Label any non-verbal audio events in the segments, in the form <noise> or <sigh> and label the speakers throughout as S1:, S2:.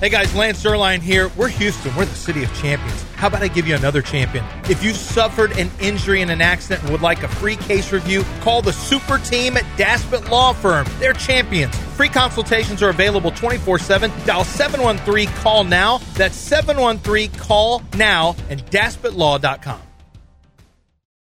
S1: Hey guys, Lance Erline here. We're Houston. We're the city of champions. How about I give you another champion? If you've suffered an injury in an accident and would like a free case review, call the super team at Daspit Law Firm. They're champions. Free consultations are available 24 7. Dial 713 Call Now. That's 713 Call Now and DaspitLaw.com.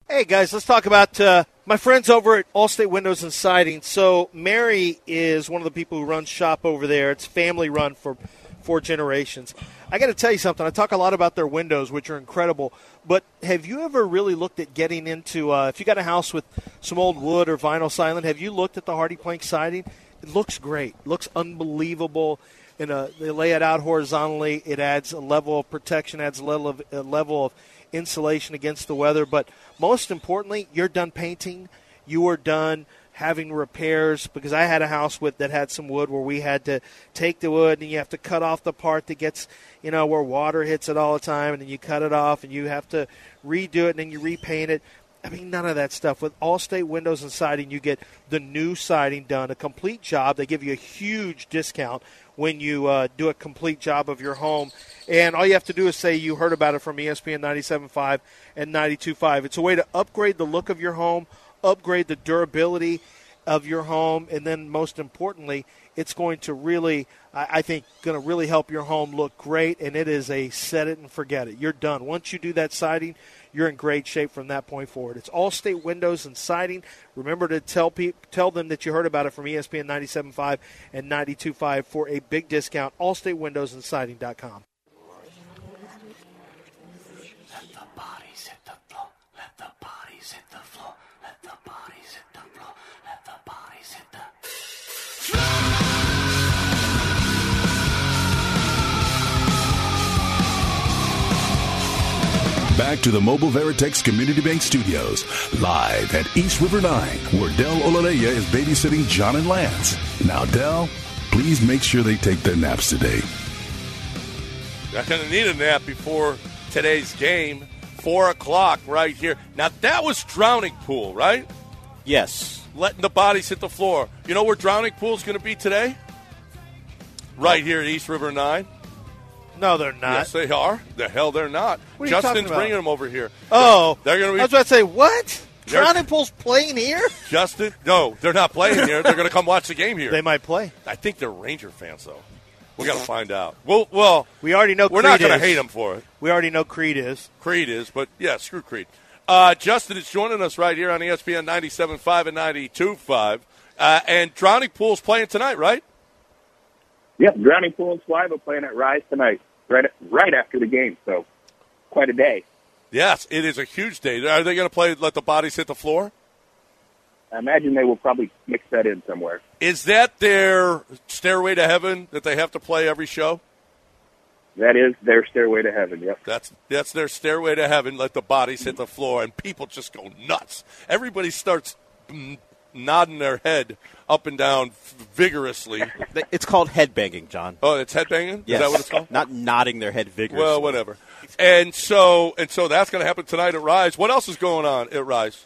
S2: Hey guys, let's talk about uh, my friends over at Allstate Windows and Siding. So Mary is one of the people who runs shop over there. It's family run for four generations. I got to tell you something. I talk a lot about their windows, which are incredible. But have you ever really looked at getting into? Uh, if you got a house with some old wood or vinyl siding, have you looked at the hardy plank siding? It looks great. looks unbelievable. And uh, they lay it out horizontally. It adds a level of protection. Adds a level of a level of insulation against the weather. But most importantly, you're done painting. You are done having repairs because I had a house with that had some wood where we had to take the wood and you have to cut off the part that gets you know where water hits it all the time and then you cut it off and you have to redo it and then you repaint it. I mean, none of that stuff. With Allstate Windows and Siding, you get the new siding done, a complete job. They give you a huge discount when you uh, do a complete job of your home. And all you have to do is say you heard about it from E ESPN 97.5 and 92.5. It's a way to upgrade the look of your home, upgrade the durability of your home, and then most importantly, it's going to really, I I think, going to really help your home look great. And it is a set it and forget it. You're done. Once you do that siding, you're in great shape from that point forward. It's Allstate Windows and Siding. Remember to tell pe- tell them that you heard about it from E ESPN 97.5 and 92.5 for a big discount. AllstateWindowsandSiding.com.
S3: Let the bodies hit the floor. Let the bodies hit the floor. Let the bodies hit the floor. Let the bodies hit the.
S4: Back to the Mobile Veritex Community Bank Studios, live at East River 9, where Dell Olaleya is babysitting John and Lance. Now, Dell, please make sure they take their naps today.
S5: I kind of need a nap before today's game. Four o'clock right here. Now that was drowning pool, right?
S6: Yes.
S5: Letting the bodies hit the floor. You know where drowning pool's going to be today? Right
S2: Oh.
S5: here at East River Nine.
S2: No, they're not.
S5: Yes, they are. The hell, they're not.
S2: Uh, What are you
S5: Justin's
S2: talking about?
S5: bringing them over here.
S2: Oh,
S5: they're going to be
S2: I was about to say what?
S5: They're-
S2: Drowning Pool's playing here.
S5: Justin. No, they're not playing here. They're going to come watch the game here.
S2: They might play.
S5: I think they're Ranger fans though. We got to find out. Well, well,
S2: We already know
S5: we're not
S2: Creed
S5: going to
S2: is.
S5: hate them for it.
S2: We already know Creed is.
S5: Creed is, but yeah, screw Creed. Uh, Justin is joining us right here on E ESPN 97.5 and 92.5. Uh, and Drowning Pool's playing tonight, right?
S7: Yep, Drowning Pool and Slive are playing at Rise tonight, right right after the game. So, quite a day.
S5: Yes, it is a huge day. Are they going to play Let the Bodies Hit the Floor?
S7: I imagine they will probably mix that in somewhere.
S5: Is that their stairway to heaven that they have to play every show?
S7: That is their stairway to heaven. Yep.
S5: That's that's their stairway to heaven. Let the bodies hit the floor, and people just go nuts. Everybody starts mm, nodding their head up and down vigorously.
S6: They- It's called headbanging, John.
S5: Oh, it's headbanging.
S6: Yes.
S5: Is that what it's called?
S6: Not nodding their head vigorously.
S5: Well, whatever. And so and so that's going to happen tonight at Rise. What else is going on at Rise?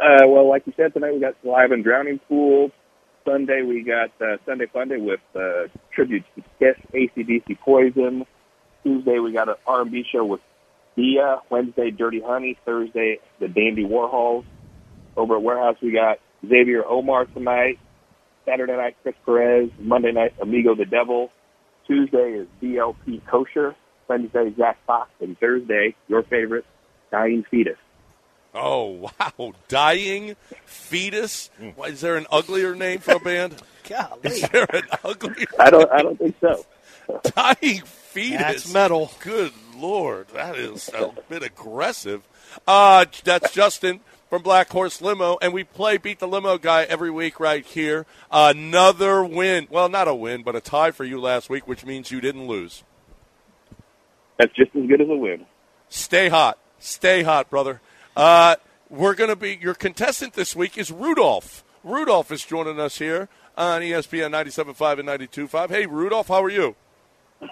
S7: Uh, well, like you said tonight, we got Slive and Drowning Pool. Sunday we got uh, Sunday Funday with uh, tributes to Kiss, ACDC, Poison. Tuesday we got an R&B show with Dia. Wednesday, Dirty Honey. Thursday, the Dandy Warhols. Over at Warehouse we got Xavier Omar tonight. Saturday night, Chris Perez. Monday night, Amigo the Devil. Tuesday is DLP Kosher. Wednesday, Zach Fox. And Thursday, your favorite, Dying Fetus.
S5: Oh <laughs> wow, dying fetus.
S2: Hmm.
S5: Why, Is there an uglier name for a band? <laughs>
S2: Golly,
S5: Is there an uglier
S7: I don't, I don't think so.
S5: <laughs> dying fetus?
S2: that's metal.
S5: Good lord, that is a bit aggressive. Uh, that's Justin from Black Horse Limo, and we play Beat the Limo guy every week right here. Another win. Well, not a win, but a tie for you last week, which means you didn't lose.
S7: That's just as good as a win.
S5: Stay hot. Stay hot, brother. Uh, we're going to be your contestant this week is Rudolph. Rudolph is joining us here on E ESPN 97.5 and 92.5. Hey, Rudolph, how are you?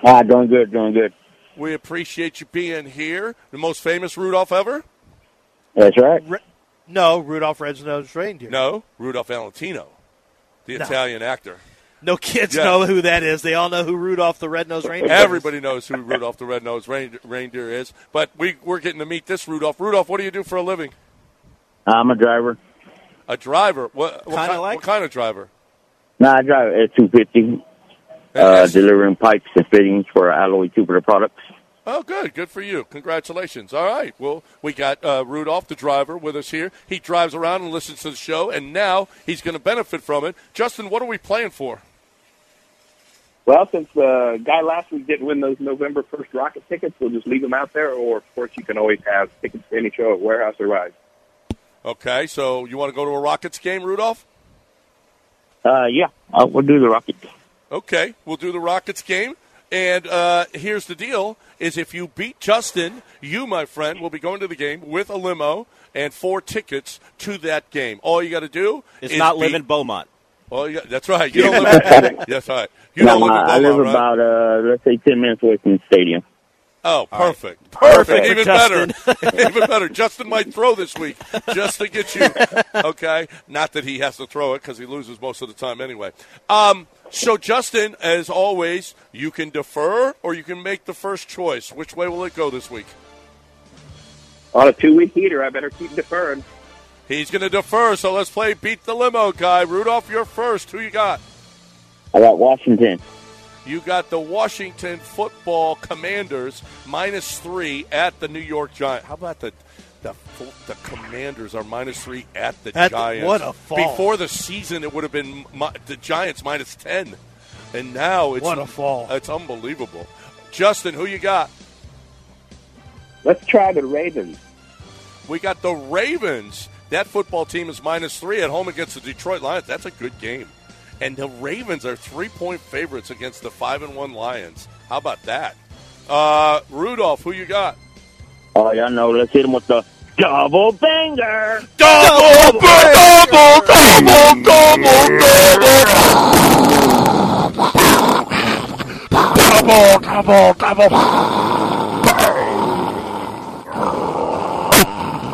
S8: Ah, doing good, doing good.
S5: We appreciate you being here. The most famous Rudolph ever?
S8: That's right.
S2: Re- no, Rudolph Red-Nosed Reindeer.
S5: <laughs> No, Rudolph Valentino, the Italian actor.
S2: No kids
S5: Yeah.
S2: know who that is. They all know who Rudolph the Red-Nosed Reindeer is.
S5: Everybody knows who Rudolph the Red-Nosed Rein- Reindeer is, but we, we're getting to meet this Rudolph. Rudolph, what do you do for a living?
S8: I'm a driver.
S5: A driver. What, what,
S6: Kinda
S5: ki-
S6: like-
S5: what kind of driver?
S8: No, I drive at 250, uh, delivering pipes and fittings for Alloy Jupiter products.
S5: Oh, good. Good for you. Congratulations. All right. Well, we got uh, Rudolph, the driver, with us here. He drives around and listens to the show, and now he's going to benefit from it. Justin, what are we playing for?
S7: Well, since the guy last week didn't win those November 1st Rocket tickets, we'll just leave them out there. Or, of course, you can always have tickets to any show at Warehouse or Ride.
S5: Okay, so you want to go to a Rockets game, Rudolph?
S8: Uh, yeah, uh, we'll do the rocket.
S5: Okay, we'll do the Rockets game. And uh, here's the deal: is if you beat Justin, you, my friend, will be going to the game with a limo and four tickets to that game. All you got to do
S6: It's
S5: is
S6: not
S5: beat-
S6: live in Beaumont.
S5: Well, yeah, that's
S8: <laughs>
S5: right. You don't live. In, that's right. You
S8: no,
S5: don't live in
S8: I, I live
S5: Beaumont, right?
S8: about, uh, let's say 10 minutes away from the stadium.
S5: Oh, perfect.
S6: Perfect
S5: Even
S6: for
S5: better. Even better. Justin might throw this week just to get you. Okay? Not that he has to throw it because he loses most of the time anyway. Um, so, Justin, as always, you can defer or you can make the first choice. Which way will it go this week?
S7: On a two-week heater, I better keep deferring.
S5: He's going to defer, so let's play Beat the Limo guy. Rudolph, you're first. Who you got?
S8: I got Washington.
S5: You got the Washington Football Commanders minus three at the New York Giants. How about the the fo- the Commanders are minus three at the
S2: That-
S5: Giants?
S2: what a fall.
S5: Before the season, it would have been mi- the Giants minus ten, and now it's
S2: What a fall.
S5: It's unbelievable. Justin, who you got?
S7: Let's try the Ravens.
S5: We got the Ravens. That football team is minus three at home against the Detroit Lions. That's a good game. And the Ravens are three point favorites against the five and one Lions. How about that? Uh, Rudolph, who you got?
S8: Oh, y'all know, let's hit them with the double banger.
S5: Double, double, double, double, double,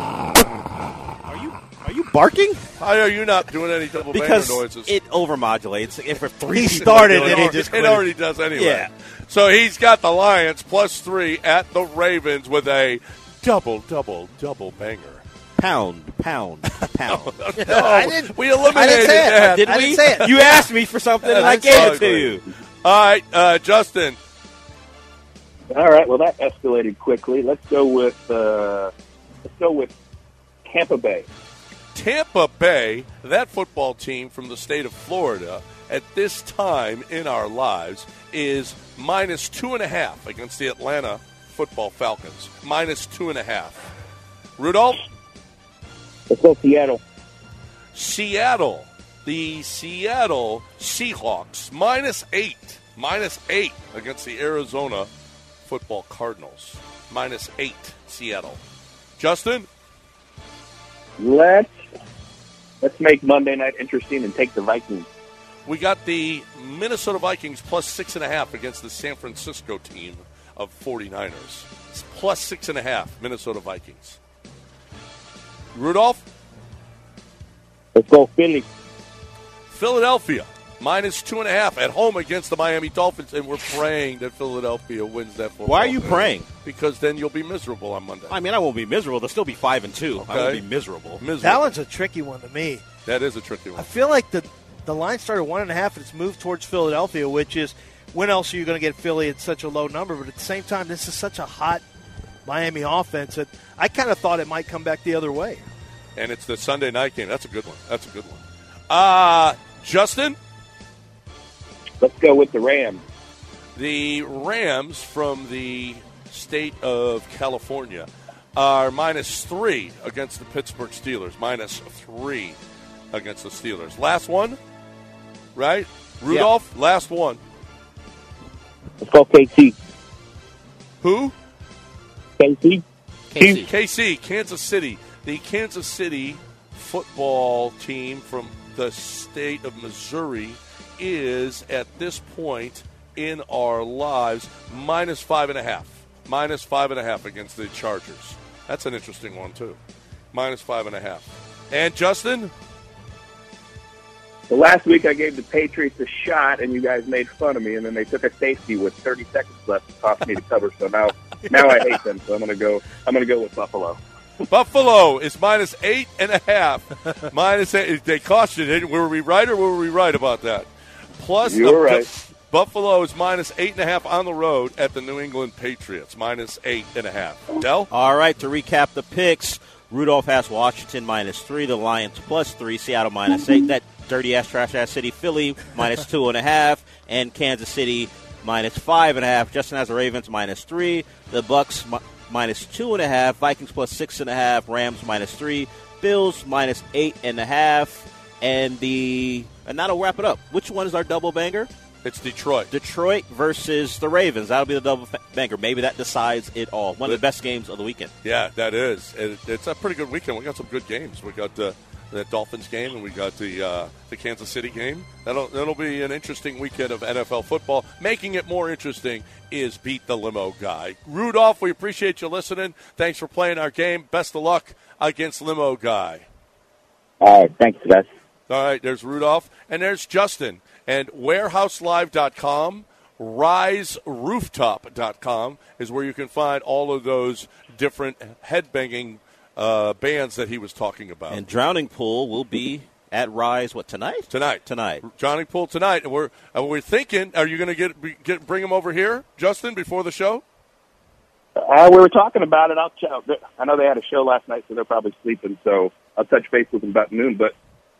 S6: Are you are you barking?
S5: Why are you not doing any double
S6: Because
S5: banger noises?
S6: it overmodulates. If if three
S2: He
S6: people are
S2: started
S6: doing
S2: and
S6: it,
S2: he
S5: <laughs> already-
S2: just
S5: it
S2: quit.
S5: already does anyway.
S6: Yeah.
S5: So he's got the Lions plus three at the Ravens with a double, double, double banger.
S6: pound, <laughs> pound,
S5: <laughs>
S6: pound.
S2: I didn't.
S5: Oh, We eliminated
S2: I didn't say it.
S5: that.
S6: Did
S2: I
S6: we?
S2: didn't say it.
S6: You asked me for something, and I
S5: that's
S6: gave it to
S5: ugly.
S6: you.
S5: All right, uh, Justin.
S7: All right, well, that escalated quickly. Let's go with, uh, let's go with Tampa Bay.
S5: Tampa Bay, that football team from the state of Florida, at this time in our lives, is minus two and a half against the Atlanta football Falcons. Minus two and a half. Rudolph,
S8: Let's go Seattle.
S5: Seattle, the Seattle Seahawks, minus eight. Minus eight against the Arizona football Cardinals. Minus eight, Seattle. Justin,
S7: Let's, let's make Monday night interesting and take the Vikings.
S5: We got the Minnesota Vikings plus six and a half against the San Francisco team of 49ers. It's plus six and a half, Minnesota Vikings. Rudolph,
S8: Let's go Philly.
S5: Philadelphia minus two and a half at home against the Miami Dolphins, and we're praying that Philadelphia wins that football.
S6: Why are you
S5: game.
S6: praying?
S5: Because then you'll be miserable on Monday.
S6: I mean, I won't be miserable. They'll still be five and two. I
S5: Okay.
S6: won't be miserable.
S5: miserable.
S2: That one's a tricky one to me.
S5: that is a tricky
S2: I
S5: one.
S2: feel like the the line started one and a half, and it's moved towards Philadelphia, which is when else are you going to get Philly at such a low number? But at the same time, this is such a hot Miami offense that I kind of thought it might come back the other way.
S5: And it's the Sunday night game. That's a good one. That's a good one. Uh, Justin,
S7: Let's go with the Rams.
S5: The Rams from the state of California are minus three against the Pittsburgh Steelers. Minus three against the Steelers. Last one, right? Rudolph, last one.
S8: Let's go KC.
S5: Who?
S8: KC?
S5: KC. Kansas City. The Kansas City football team from the state of Missouri is at this point in our lives minus five and a half. Minus five and a half against the Chargers. That's an interesting one, too. Minus five and a half. And Justin,
S7: The last week I gave the Patriots a shot, and you guys made fun of me, and then they took a safety with 30 seconds left to cost me to cover. So now, now I hate them. So I'm gonna go. I'm gonna go with Buffalo.
S5: Buffalo is minus eight and a
S7: <laughs>
S5: half. minus eight. They cost you. didn't- Were we right or were we right about that? Plus,
S7: You were
S5: the-
S7: right.
S5: Buffalo is minus eight and a half on the road at the New England Patriots. Minus eight and a half.
S7: Oh.
S5: Dell?
S6: All right, to recap the picks, Rudolph has Washington minus three, the Lions plus three, Seattle minus eight, that dirty ass trash ass city Philly minus two and a half, and Kansas City minus five and a half. Justin has the Ravens minus three, the Bucks mi- minus two and a half, Vikings plus six and a half, Rams minus three, Bills minus eight and a half, and the and that'll wrap it up. Which one is our double banger?
S5: It's Detroit.
S6: Detroit versus the Ravens. That'll be the double fa- banger. Maybe that decides it all. One of the best games of the weekend.
S5: Yeah, that is. It, it's a pretty good weekend. We got some good games. We got the, the Dolphins game, and we got the uh, the Kansas City game. That'll that'll be an interesting weekend of NFL football. Making it more interesting is beat the limo guy, Rudolph. We appreciate you listening. Thanks for playing our game. Best of luck against limo guy.
S8: All right, thanks, guys.
S5: All right, there's Rudolph, and there's Justin, and warehouselive.com, riserooftop.com is where you can find all of those different headbanging uh, bands that he was talking about.
S6: And Drowning Pool will be at Rise, what, tonight?
S5: tonight,
S6: Tonight.
S5: Johnny Pool tonight, and we're and we're thinking, are you going to get, be- get bring him over here, Justin, before the show?
S7: Uh, we were talking about it. I'll. Ch- I know they had a show last night, so they're probably sleeping. So I'll touch base with them about noon. But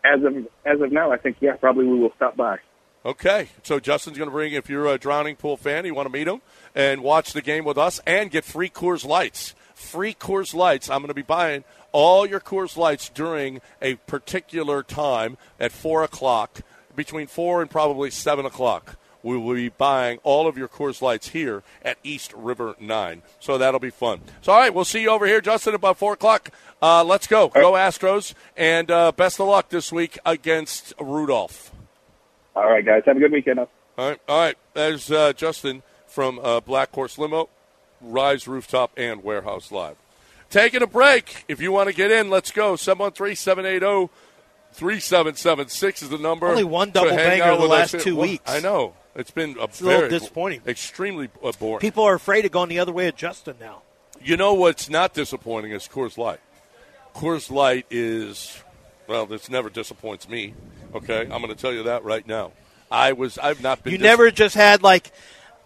S7: as of as of now, I think yeah, probably we will stop by.
S5: Okay, so Justin's going to bring. If you're a Drowning Pool fan, you want to meet him and watch the game with us, and get free Coors Lights. Free Coors Lights. I'm going to be buying all your Coors Lights during a particular time at four o'clock, between four and probably seven o'clock. We will be buying all of your Coors Lights here at East River Nine, so that'll be fun. So, all right, we'll see you over here, Justin, about four o'clock. Uh, let's go, go Astros, and uh, best of luck this week against Rudolph.
S7: All right, guys, have a good weekend.
S5: All right, all right. There's uh, Justin from uh, Black Horse Limo, Rise Rooftop, and Warehouse Live. Taking a break. If you want to get in, let's go. 713 780 3776 is the number.
S2: Only one
S5: to
S2: double
S5: hang
S2: banger
S5: out
S2: in the
S5: with
S2: last
S5: us.
S2: two
S5: Well,
S2: weeks.
S5: I know. It's been a,
S2: a little
S5: very-
S2: disappointing.
S5: Extremely uh, boring.
S2: People are afraid of going the other way at Justin now.
S5: You know what's not disappointing is Coors Light. Coors Light is, well, this never disappoints me. Okay, I'm going to tell you that right now. I was, I've not been.
S2: You
S5: dis-
S2: never just had like,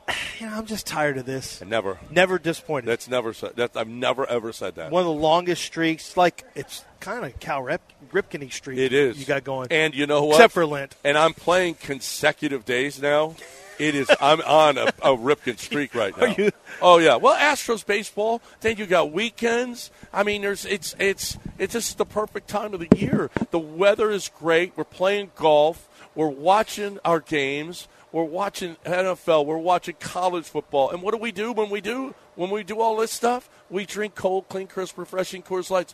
S2: <sighs> you know, I'm just tired of this.
S5: never.
S2: Never disappointed.
S5: That's never said. That's, I've never ever said that.
S2: one of the longest streaks. Like it's kind of Cal Rip, Ripken streak.
S5: It is.
S2: You got going.
S5: And you know what?
S2: Except for Lent.
S5: And I'm playing consecutive days now. It is. I'm on a, a Ripken
S2: <laughs>
S5: streak right now.
S2: you-
S5: Oh yeah. Well, Astros baseball. Then you got weekends. I mean, there's. It's. It's. It's just the perfect time of the year. The weather is great. We're playing golf. We're watching our games. We're watching NFL. We're watching college football. And what do we do when we do when we do all this stuff? We drink cold, clean, crisp, refreshing Coors Lights.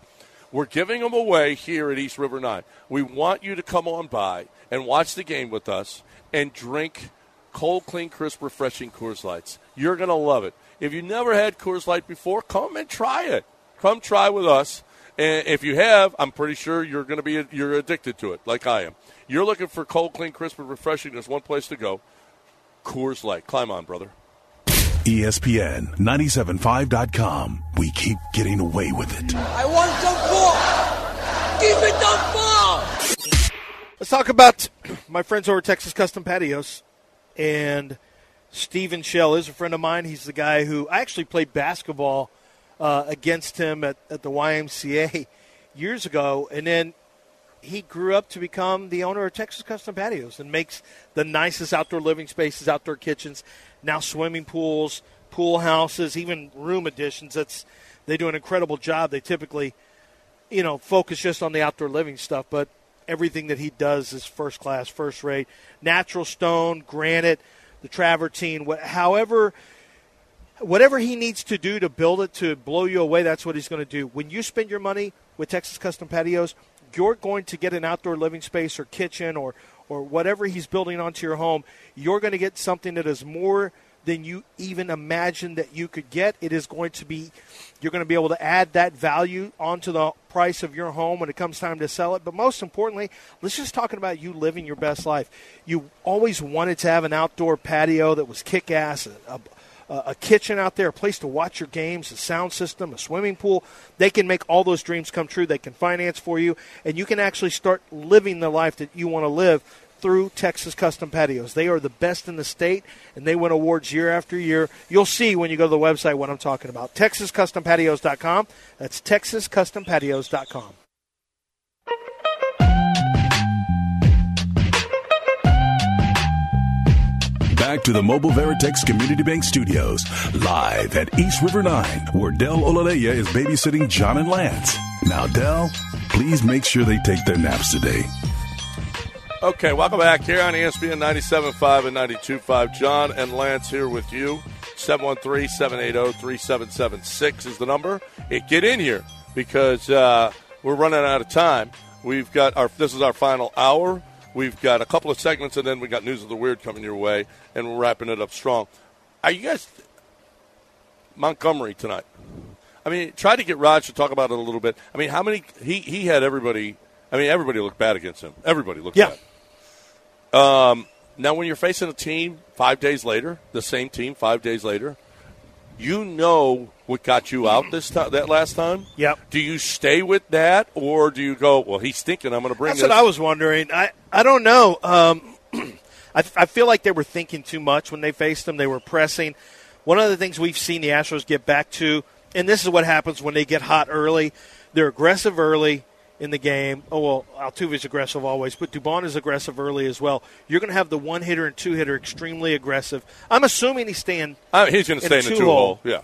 S5: We're giving them away here at East River Nine. We want you to come on by and watch the game with us and drink cold, clean, crisp, refreshing Coors Lights. You're going to love it. If you never had Coors Light before, come and try it. Come try with us. And if you have, I'm pretty sure you're going to be you're addicted to it, like I am. You're looking for cold, clean, crisp, and refreshing. There's one place to go. Coors Light. Climb on, brother.
S4: E ESPN 975.com. We keep getting away with it.
S9: I want the ball. Give me the ball.
S2: Let's talk about my friends over at Texas Custom Patios. And Steven Shell is a friend of mine. He's the guy who I actually played basketball uh, against him at, at the YMCA years ago. And then he grew up to become the owner of Texas Custom Patios and makes the nicest outdoor living spaces, outdoor kitchens, now swimming pools, pool houses, even room additions. That's they do an incredible job. They typically you know, focus just on the outdoor living stuff, but everything that he does is first class, first rate. Natural stone, granite, the travertine, what, however, whatever he needs to do to build it to blow you away, that's what he's going to do. When you spend your money with Texas Custom Patios, you're going to get an outdoor living space or kitchen or or whatever he's building onto your home. You're going to get something that is more than you even imagined that you could get. It is going to be you're going to be able to add that value onto the price of your home when it comes time to sell it. But most importantly, let's just talking about you living your best life. You always wanted to have an outdoor patio that was kick ass, a, a, a kitchen out there, a place to watch your games, a sound system, a swimming pool. They can make all those dreams come true. They can finance for you, and you can actually start living the life that you want to live through Texas Custom Patios. They are the best in the state, and they win awards year after year. You'll see when you go to the website what I'm talking about. TexasCustomPatios.com. That's TexasCustomPatios.com.
S4: Back to the Mobile Veritex Community Bank Studios, live at East River 9, where Dell Olaleya is babysitting John and Lance. Now, Dell, please make sure they take their naps today.
S5: Okay, welcome back here on E ESPN 97.5 and 92.5. John and Lance here with you. oh, 713-780-3776 is the number. It, get in here because uh, we're running out of time. We've got our this is our final hour. We've got a couple of segments and then we got news of the weird coming your way and we're wrapping it up strong. Are you guys Montgomery tonight? I mean, try to get Raj to talk about it a little bit. I mean, how many he he had everybody I mean, everybody looked bad against him. Everybody looked
S2: Yeah.
S5: bad. Um, now, when you're facing a team five days later, the same team five days later, you know what got you out this time, that last time.
S2: Yep.
S5: Do you stay with that, or do you go? Well, he's thinking I'm going to bring.
S2: That's
S5: this.
S2: what I was wondering. I, I don't know. Um, <clears throat> I, I feel like they were thinking too much when they faced them. They were pressing. One of the things we've seen the Astros get back to, and this is what happens when they get hot early. They're aggressive early in the game. Oh well, Altuve's aggressive always, but Dubon is aggressive early as well. You're going to have the one hitter and two hitter extremely aggressive. I'm assuming he's staying.
S5: I mean, he's going to
S2: in
S5: stay
S2: a
S5: in the
S2: two
S5: two hole.
S2: hole.
S5: Yeah.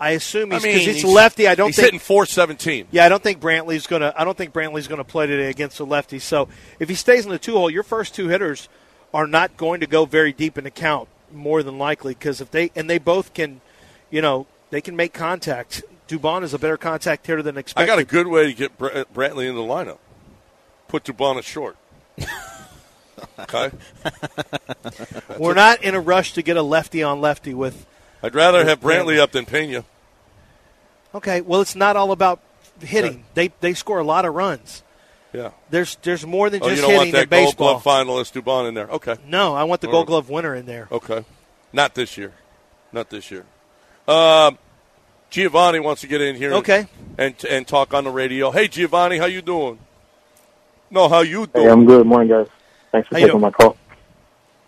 S2: I assume
S5: I
S2: he's
S5: mean,
S2: because he's, lefty. I don't
S5: He's
S2: think
S5: hitting 417.
S2: yeah, I don't think Brantley's gonna. I don't think Brantley's gonna play today against the lefty. So if he stays in the two hole, your first two hitters are not going to go very deep in the count, more than likely, because if they and they both can, you know, they can make contact. Dubon is a better contact hitter than
S5: I
S2: expected.
S5: got a good way to get Br- Brantley in the lineup. Put Dubon at
S2: <laughs>
S5: short. okay.
S2: We're not in a rush to get a lefty on lefty with.
S5: I'd rather have
S2: Brantley.
S5: Brantley up than Pena.
S2: Okay, well, it's not all about hitting. They they score a lot of runs.
S5: Yeah.
S2: There's there's more than
S5: Oh,
S2: just
S5: you don't want
S2: hitting in
S5: that Gold
S2: baseball.
S5: Glove finalist Dubon in there. Okay.
S2: no, I want the
S5: Or-
S2: Gold Glove winner in there.
S5: Okay. Not this year. Not this year. Um, Giovanni wants to get in here. and-
S2: Okay.
S5: And and talk on the radio. Hey, Giovanni, how you doing? No, how you doing?
S8: Hey, I'm good. Morning, guys. Thanks for
S2: How you
S8: taking
S2: doing?
S8: my call.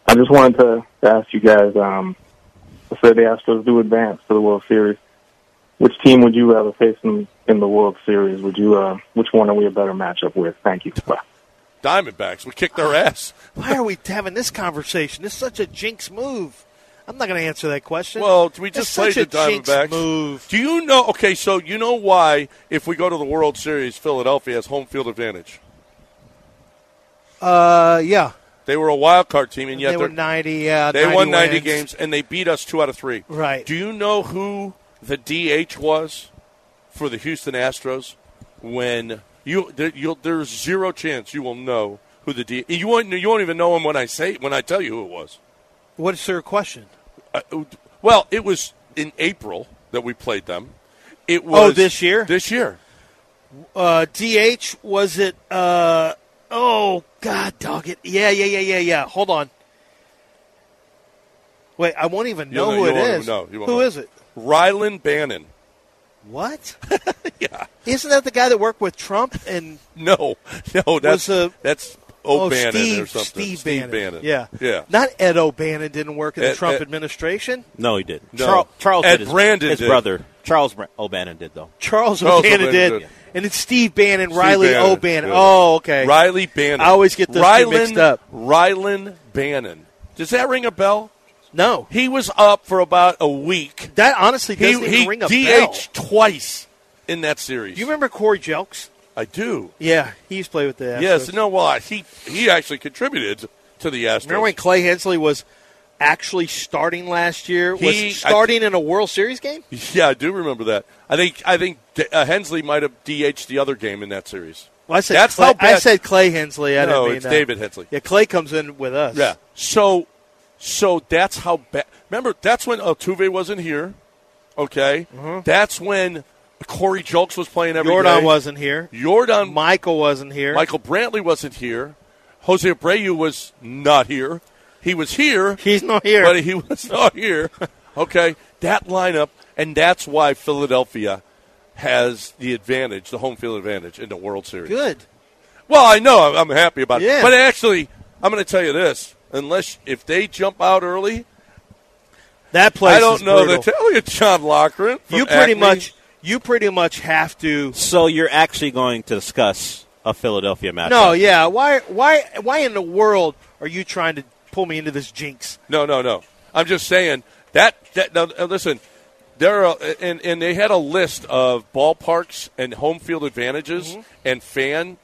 S8: I just wanted to, to ask you guys. Um, I said the Astros do advance to the World Series. Which team would you rather face in, in the World Series? Would you? Uh, which one are we a better matchup with? Thank you. Bye.
S5: Diamondbacks. We kicked their ass.
S2: Why are we having this conversation? This is such a jinx move. I'm not going to answer that question.
S5: Well, we
S2: It's
S5: just played
S2: such
S5: the
S2: a jinx
S5: Diamondbacks.
S2: move.
S5: Do you know? Okay, so you know why if we go to the World Series, Philadelphia has home field advantage.
S2: Uh, yeah.
S5: They were a wild card team, and yet
S2: they
S5: they're-
S2: were 90. Uh,
S5: They won 90
S2: wins.
S5: games, and they beat us two out of three.
S2: Right.
S5: Do you know who the DH was for the Houston Astros when you there, you'll, there's zero chance you will know who the D you won't you won't even know him when I say when I tell you who it was.
S2: What's your question?
S5: Uh, well, it was in April that we played them. It was
S2: Oh, this year?
S5: This year.
S2: Uh, DH, was it. Uh, oh, God, dog it. Yeah, yeah, yeah, yeah, yeah. Hold on. Wait, I won't even know
S5: You'll know-
S2: who
S5: you
S2: it
S5: won't
S2: is.
S5: know. You won't
S2: Who
S5: know.
S2: is it?
S5: Rylan Bannon.
S2: What?
S5: <laughs> Yeah.
S2: Isn't that the guy that worked with Trump and
S5: No, <laughs> no,
S2: Was,
S5: that's
S2: uh,
S5: that's O'Bannon
S2: Steve,
S5: or something.
S2: Steve Bannon. Yeah.
S5: yeah.
S2: Not Ed O'Bannon didn't work in the
S5: Ed-
S2: Trump
S5: Ed-
S2: administration.
S6: No, he didn't.
S5: No.
S6: Charles, Charles
S5: Ed
S6: did his,
S5: Brandon
S6: his
S5: did.
S6: brother. Charles Bra- O'Bannon did though.
S2: Charles,
S5: Charles
S2: O'Bannon
S5: O'Bannon
S2: did.
S5: did.
S2: And it's Steve Bannon, Riley
S5: Bannon,
S2: O'Bannon.
S5: yeah.
S2: Oh, okay.
S5: Riley Bannon.
S2: I always get those two
S5: Rylan,
S2: mixed up.
S5: Rylan Bannon. Does that ring a bell?
S2: No.
S5: He was up for about a week.
S2: That honestly
S5: He,
S2: doesn't even
S5: he
S2: ring a
S5: DH
S2: bell.
S5: twice in that series.
S2: Do you remember Corey Jelks?
S5: I do.
S2: Yeah, he used to play with the Astros.
S5: Yes. No. Why? He he actually contributed to the Astros.
S2: Remember when Clay Hensley was actually starting last year?
S5: He- I-
S2: was starting in a World Series game?
S5: <laughs> yeah, I do remember that. I think I think uh, Hensley might have DH'd the other game in that series.
S2: Well, I said
S5: That's
S2: Clay,
S5: how bad-
S2: I said Clay Hensley. I
S5: No,
S2: didn't mean
S5: it's
S2: that.
S5: David Hensley.
S2: Yeah, Clay comes in with us.
S5: Yeah. So, so that's how bad. Remember, that's when Altuve wasn't here. Okay, that's when Corey Jolks Mm-hmm. was playing every
S2: Jordan
S5: day.
S2: wasn't here.
S5: Jordan
S2: Michael wasn't here.
S5: Michael Brantley wasn't here. Jose Abreu was not here. He was here,
S2: He's not here.
S5: but he <laughs> was not here. Okay, that lineup, and that's why Philadelphia has the advantage, the home field advantage in the World Series.
S2: Good.
S5: Well, I know I'm, I'm happy about
S2: Yeah.
S5: it, but actually, I'm going to tell you this: unless if they jump out early,
S2: That place.
S5: I don't
S2: is
S5: know.
S2: brutal.
S5: They're telling you, John Lockran. from
S2: you pretty
S5: Acme.
S2: much. You pretty much have to.
S6: So you're actually going to discuss a Philadelphia matchup?
S2: No, yeah. Why? Why? Why in the world are you trying to pull me into this jinx?
S5: No, no, no. I'm just saying that. that now, uh, listen, there are, uh, and and they had a list of ballparks and home field advantages and fan,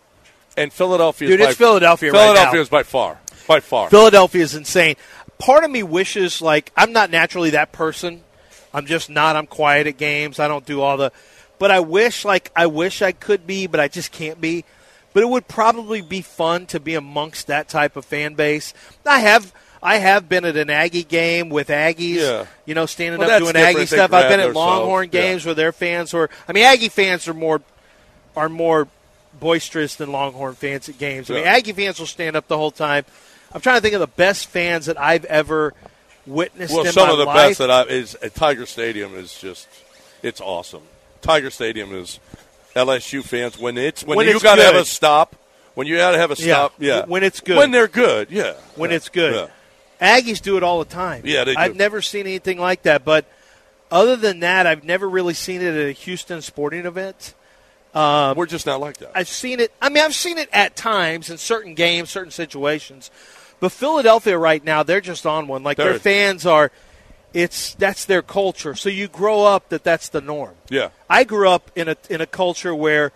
S5: and Philadelphia.
S2: Mm-hmm. Dude,
S5: by,
S2: it's Philadelphia right
S5: Philadelphia
S2: now.
S5: is by far, by far.
S2: Philadelphia is insane. Part of me wishes, like, I'm not naturally that person. I'm just not. I'm quiet at games. I don't do all the. But I wish, like, I wish I could be, but I just can't be. But it would probably be fun to be amongst that type of fan base. I have. I have been at an Aggie game with Aggies,
S5: Yeah.
S2: you know, standing
S5: Well,
S2: up
S5: that's
S2: doing Aggie
S5: different. They
S2: stuff. I've been
S5: grab
S2: at Longhorn
S5: themselves. Yeah.
S2: games where their fans were. I mean, Aggie fans are more are more boisterous than Longhorn fans at games. I mean,
S5: Yeah.
S2: Aggie fans will stand up the whole time. I'm trying to think of the best fans that I've ever witnessed.
S5: well,
S2: in
S5: some
S2: my
S5: of the
S2: life.
S5: best uh, that I is at Tiger Stadium is just, it's awesome. Tiger Stadium is LSU fans when it's when,
S2: When
S5: you
S2: it's
S5: got to have
S2: good.
S5: a stop. When you got to have a
S2: Yeah.
S5: stop, yeah.
S2: When it's good.
S5: When they're good, yeah.
S2: when
S5: Yeah.
S2: it's good.
S5: Yeah.
S2: Aggies do it all the time.
S5: Yeah, they do.
S2: I've never seen anything like that. But other than that, I've never really seen it at a Houston sporting event.
S5: We're just not like that.
S2: I've seen it. I mean, I've seen it at times in certain games, certain situations. But Philadelphia right now, they're just on one. Like their
S5: They're-
S2: fans are. It's that's their culture. So you grow up that that's the norm.
S5: yeah.
S2: I grew up in a in a culture where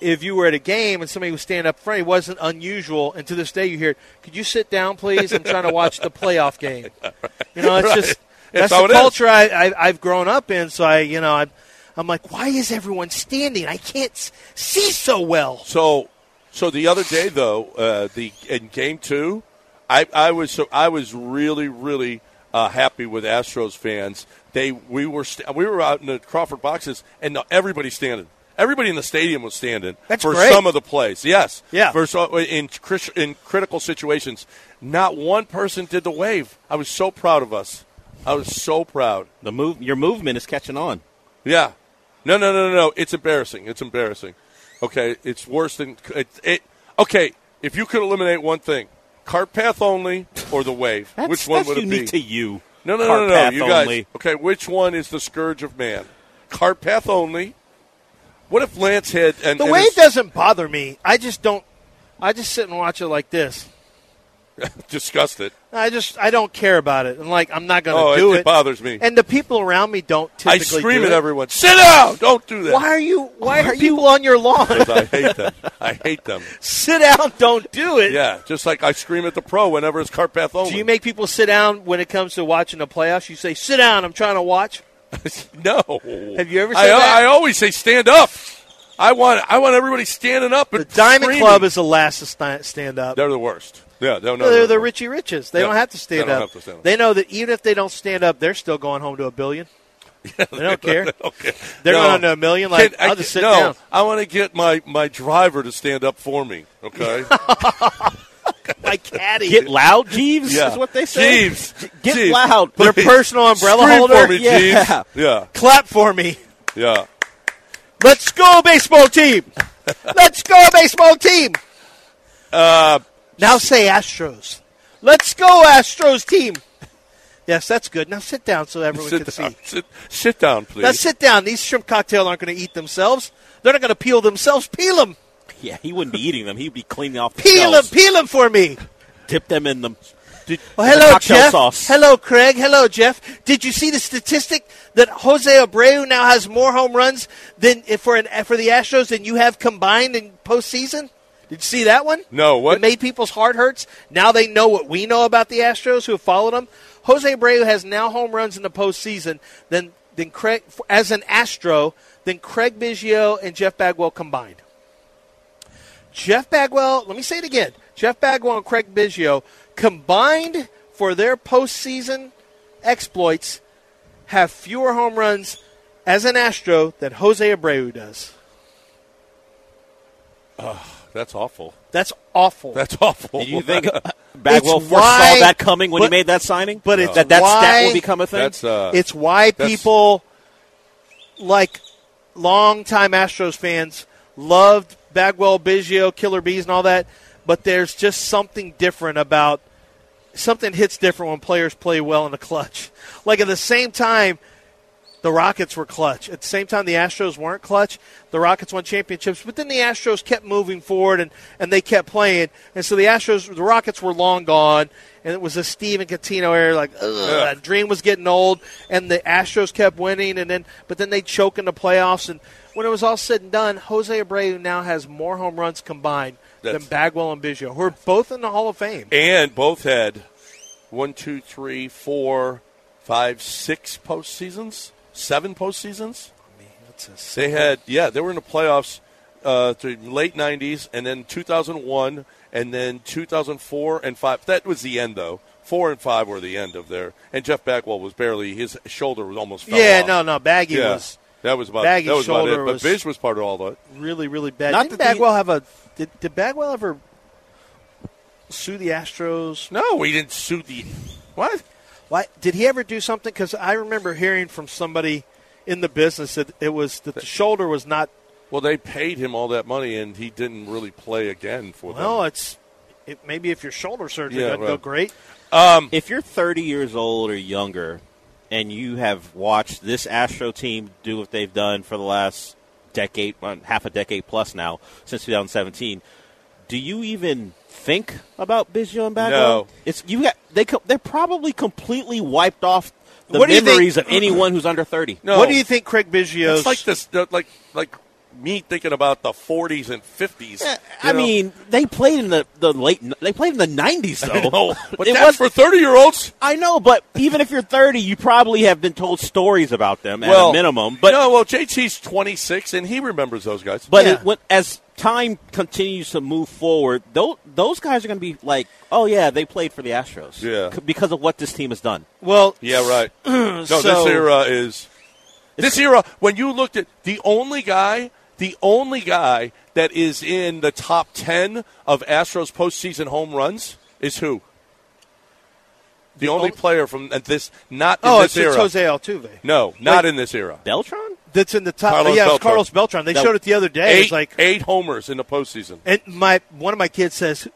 S2: if you were at a game and somebody was standing up front, it wasn't unusual. And to this day, you hear, "Could you sit down, please? I'm trying to watch the playoff game." You know, it's
S5: <laughs>
S2: just
S5: It's
S2: that's
S5: how
S2: the
S5: it is.
S2: culture I, I, I've grown up in. So I, you know, I'm, I'm like, why is everyone standing? I can't s- see so well.
S5: So, so the other day though, uh, the in game two, I, I was so I was really really uh, happy with Astros fans. They we were st- we were out in the Crawford boxes and everybody standing. Everybody in the stadium was standing
S2: That's
S5: for
S2: great.
S5: some of the plays. Yes,
S2: Yeah.
S5: For so, in cris- in critical situations, not one person did the wave. I was so proud of us. I was so proud.
S6: the move. Your movement is catching on.
S5: Yeah. No, no, no, no, no. It's embarrassing. It's embarrassing. Okay, it's worse than it. it okay, if you could eliminate one thing, cart path only or the wave,
S6: That's,
S5: which one
S6: that's
S5: would it be?
S6: unique to you.
S5: no, no, no,
S6: Cart
S5: no, no.
S6: path
S5: You guys.
S6: only.
S5: Okay, which one is the scourge of man? Cart path only. What if Lance had and
S2: The
S5: and
S2: wave
S5: his-
S2: doesn't bother me. I just don't. I just sit and watch it like this.
S5: discussed it?
S2: I just I don't care about it, and like I'm not going to
S5: Oh, it-
S2: do
S5: it
S2: it,
S5: bothers me.
S2: And the people around me don't
S5: I
S2: typically.
S5: scream
S2: do
S5: at
S2: it.
S5: everyone. Sit down! Don't do that.
S2: Why are you? Why are people on your lawn? <laughs>
S5: <laughs> 'Cause I hate them. I hate them.
S2: sit down. Don't do it.
S5: Yeah, just like I scream at the pro whenever it's cart path only.
S2: Do you make people sit down when it comes to watching the playoffs? You say, "Sit down. I'm trying to watch."
S5: No.
S2: <laughs> Have you ever
S5: I,
S2: said that?
S5: I always say stand up. I want I want everybody standing up. And
S2: The Diamond
S5: screaming.
S2: Club is the last to sta- stand up.
S5: They're the worst. Yeah, no, no,
S2: they're
S5: no,
S2: the
S5: no.
S2: Richie Riches. They
S5: Yeah,
S2: don't have to
S5: they
S2: stand
S5: don't
S2: up.
S5: have to stand up.
S2: They know that even if they don't stand up, they're still going home to a billion. they don't care.
S5: Okay.
S2: They're
S5: No.
S2: going to a million. Like
S5: Kid, I,
S2: I'll just sit
S5: no,
S2: down.
S5: I want to get my, my driver to stand up for me.
S2: <laughs>
S5: Okay.
S2: My caddy.
S6: Get loud, Jeeves.
S5: Yeah.
S6: Is what they say.
S5: Jeeves,
S6: Get
S5: Jeeves,
S6: loud.
S2: Their
S5: please.
S2: personal umbrella
S5: Scream
S2: holder.
S5: for me,
S6: Yeah.
S5: Jeeves. Yeah,
S2: Clap for me.
S5: yeah.
S2: Let's go, baseball
S5: <laughs>
S2: team. Let's go, baseball team.
S5: Uh,
S2: now say Astros. Let's go, Astros team. Yes, that's good. Now sit down so everyone
S5: Sit
S2: can
S5: down.
S2: see.
S5: Sit, sit down, please.
S2: Now sit down. These shrimp cocktail aren't going to eat themselves. They're not going to peel themselves. Peel them.
S6: Yeah, he wouldn't be eating them. He'd be cleaning off the
S2: Peel them.
S6: shells.
S2: Peel them for me.
S6: Dip them in them.
S2: Well,
S6: in the
S2: hello,
S6: cocktail
S2: Jeff.
S6: sauce.
S2: Hello, Craig. Hello, Jeff. Did you see the statistic that Jose Abreu now has more home runs than for an, for the Astros than you have combined in postseason? Did you see that one?
S5: No, what?
S2: It made people's heart hurts. Now they know what we know about the Astros who have followed them. Jose Abreu has now home runs in the postseason than than Craig as an Astro than Craig Biggio and Jeff Bagwell combined. Jeff Bagwell, let me say it again. Jeff Bagwell and Craig Biggio combined for their postseason exploits have fewer home runs as an Astro than Jose Abreu does.
S5: That's awful.
S2: That's awful.
S5: That's <laughs> awful.
S6: Do you think Bagwell
S2: It's
S6: foresaw
S2: why-
S6: that coming when he
S2: but-
S6: made that signing?
S2: but it's
S6: that that
S2: why-
S6: stat will become a thing.
S5: that's uh,
S2: it's why
S5: that's-
S2: people like longtime Astros fans loved Bagwell, Biggio, Killer Bees, and all that. But there's just something different about something hits different when players play well in the clutch. <laughs> Like at the same time, the Rockets were clutch. At the same time, the Astros weren't clutch. The Rockets won championships, but then the Astros kept moving forward and, and they kept playing. And so the Astros, the Rockets were long gone, and it was a Steven Catino era. Like, ugh, that dream was getting old, and the Astros kept winning, and then but then they choke in the playoffs. And when it was all said and done, Jose Abreu now has more home runs combined
S5: That's-
S2: than Bagwell and Biggio, who are both in the Hall of Fame.
S5: and both had one, two, three, four, five, six postseasons, seven postseasons. They had, yeah, they were in the playoffs uh, through late '90s, and then 2001, and then 2004 and five. That was the end, though. Four and five were the end of there. And Jeff Bagwell was barely his shoulder was almost. Fell
S2: yeah,
S5: off.
S2: no, no, Baggy
S5: yeah.
S2: was
S5: that was about
S2: Baggy's
S5: that was about it.
S2: shoulder
S5: But
S2: was-
S5: Bish was part of all that.
S2: really, really bad.
S6: Not
S2: Didn't
S6: that the-
S2: Bagwell have a? Did, did Bagwell ever sue the Astros?
S5: No, we didn't sue the. What?
S2: Why did he ever do something? Because I remember hearing from somebody in the business that it was that the shoulder was not.
S5: Well, they paid him all that money, and he didn't really play again for them.
S2: Well, it's it, maybe if your shoulder surgery
S5: Yeah,
S2: doesn't go
S5: right.
S2: great.
S6: if you're 30 years old or younger and you have watched this Astro team do what they've done for the last decade, well, half a decade plus now, since 2017, do you even think about Biggio and Bagwell?
S5: No.
S6: It's you. Got, they co- they're probably completely wiped off the
S2: What do you think-
S6: memories of anyone who's under 30.
S5: No.
S2: What do you think, Craig Biggio's?
S5: It's like this, like like me thinking about the 40s and 50s.
S6: Yeah,
S5: you
S6: I
S5: know?
S6: mean, they played in the, the late. They played in the nineties, though.
S5: I
S6: <laughs>
S5: know, but
S6: It
S5: that's for
S6: was-
S5: 30 year olds.
S6: I know, but even if you're thirty, you probably have been told stories about them at a minimum. But
S5: no, well, JT's 26 and he remembers those guys.
S6: But
S2: Yeah.
S6: it, when, as time continues to move forward, those, those guys are going to be like, oh, yeah, they played for the Astros.
S5: Yeah.
S6: C- Because of what this team has done.
S2: well,
S5: yeah, right.
S2: <clears throat>
S5: no,
S2: So-
S5: this era is this era. When you looked at the only guy, the only guy that is in the top 10 of Astros postseason home runs is who? The, only player from this, not in
S2: Oh, it's,
S5: this
S2: it's
S5: era.
S2: Jose Altuve.
S5: No, not in this era.
S6: Beltron?
S2: That's in the top.
S5: Carlos
S2: yeah, it's
S5: Beltran.
S2: Carlos Beltran. They
S6: That-
S2: showed it the other day.
S5: Eight,
S2: It's like
S5: eight homers in the postseason.
S2: And my one of my kids says,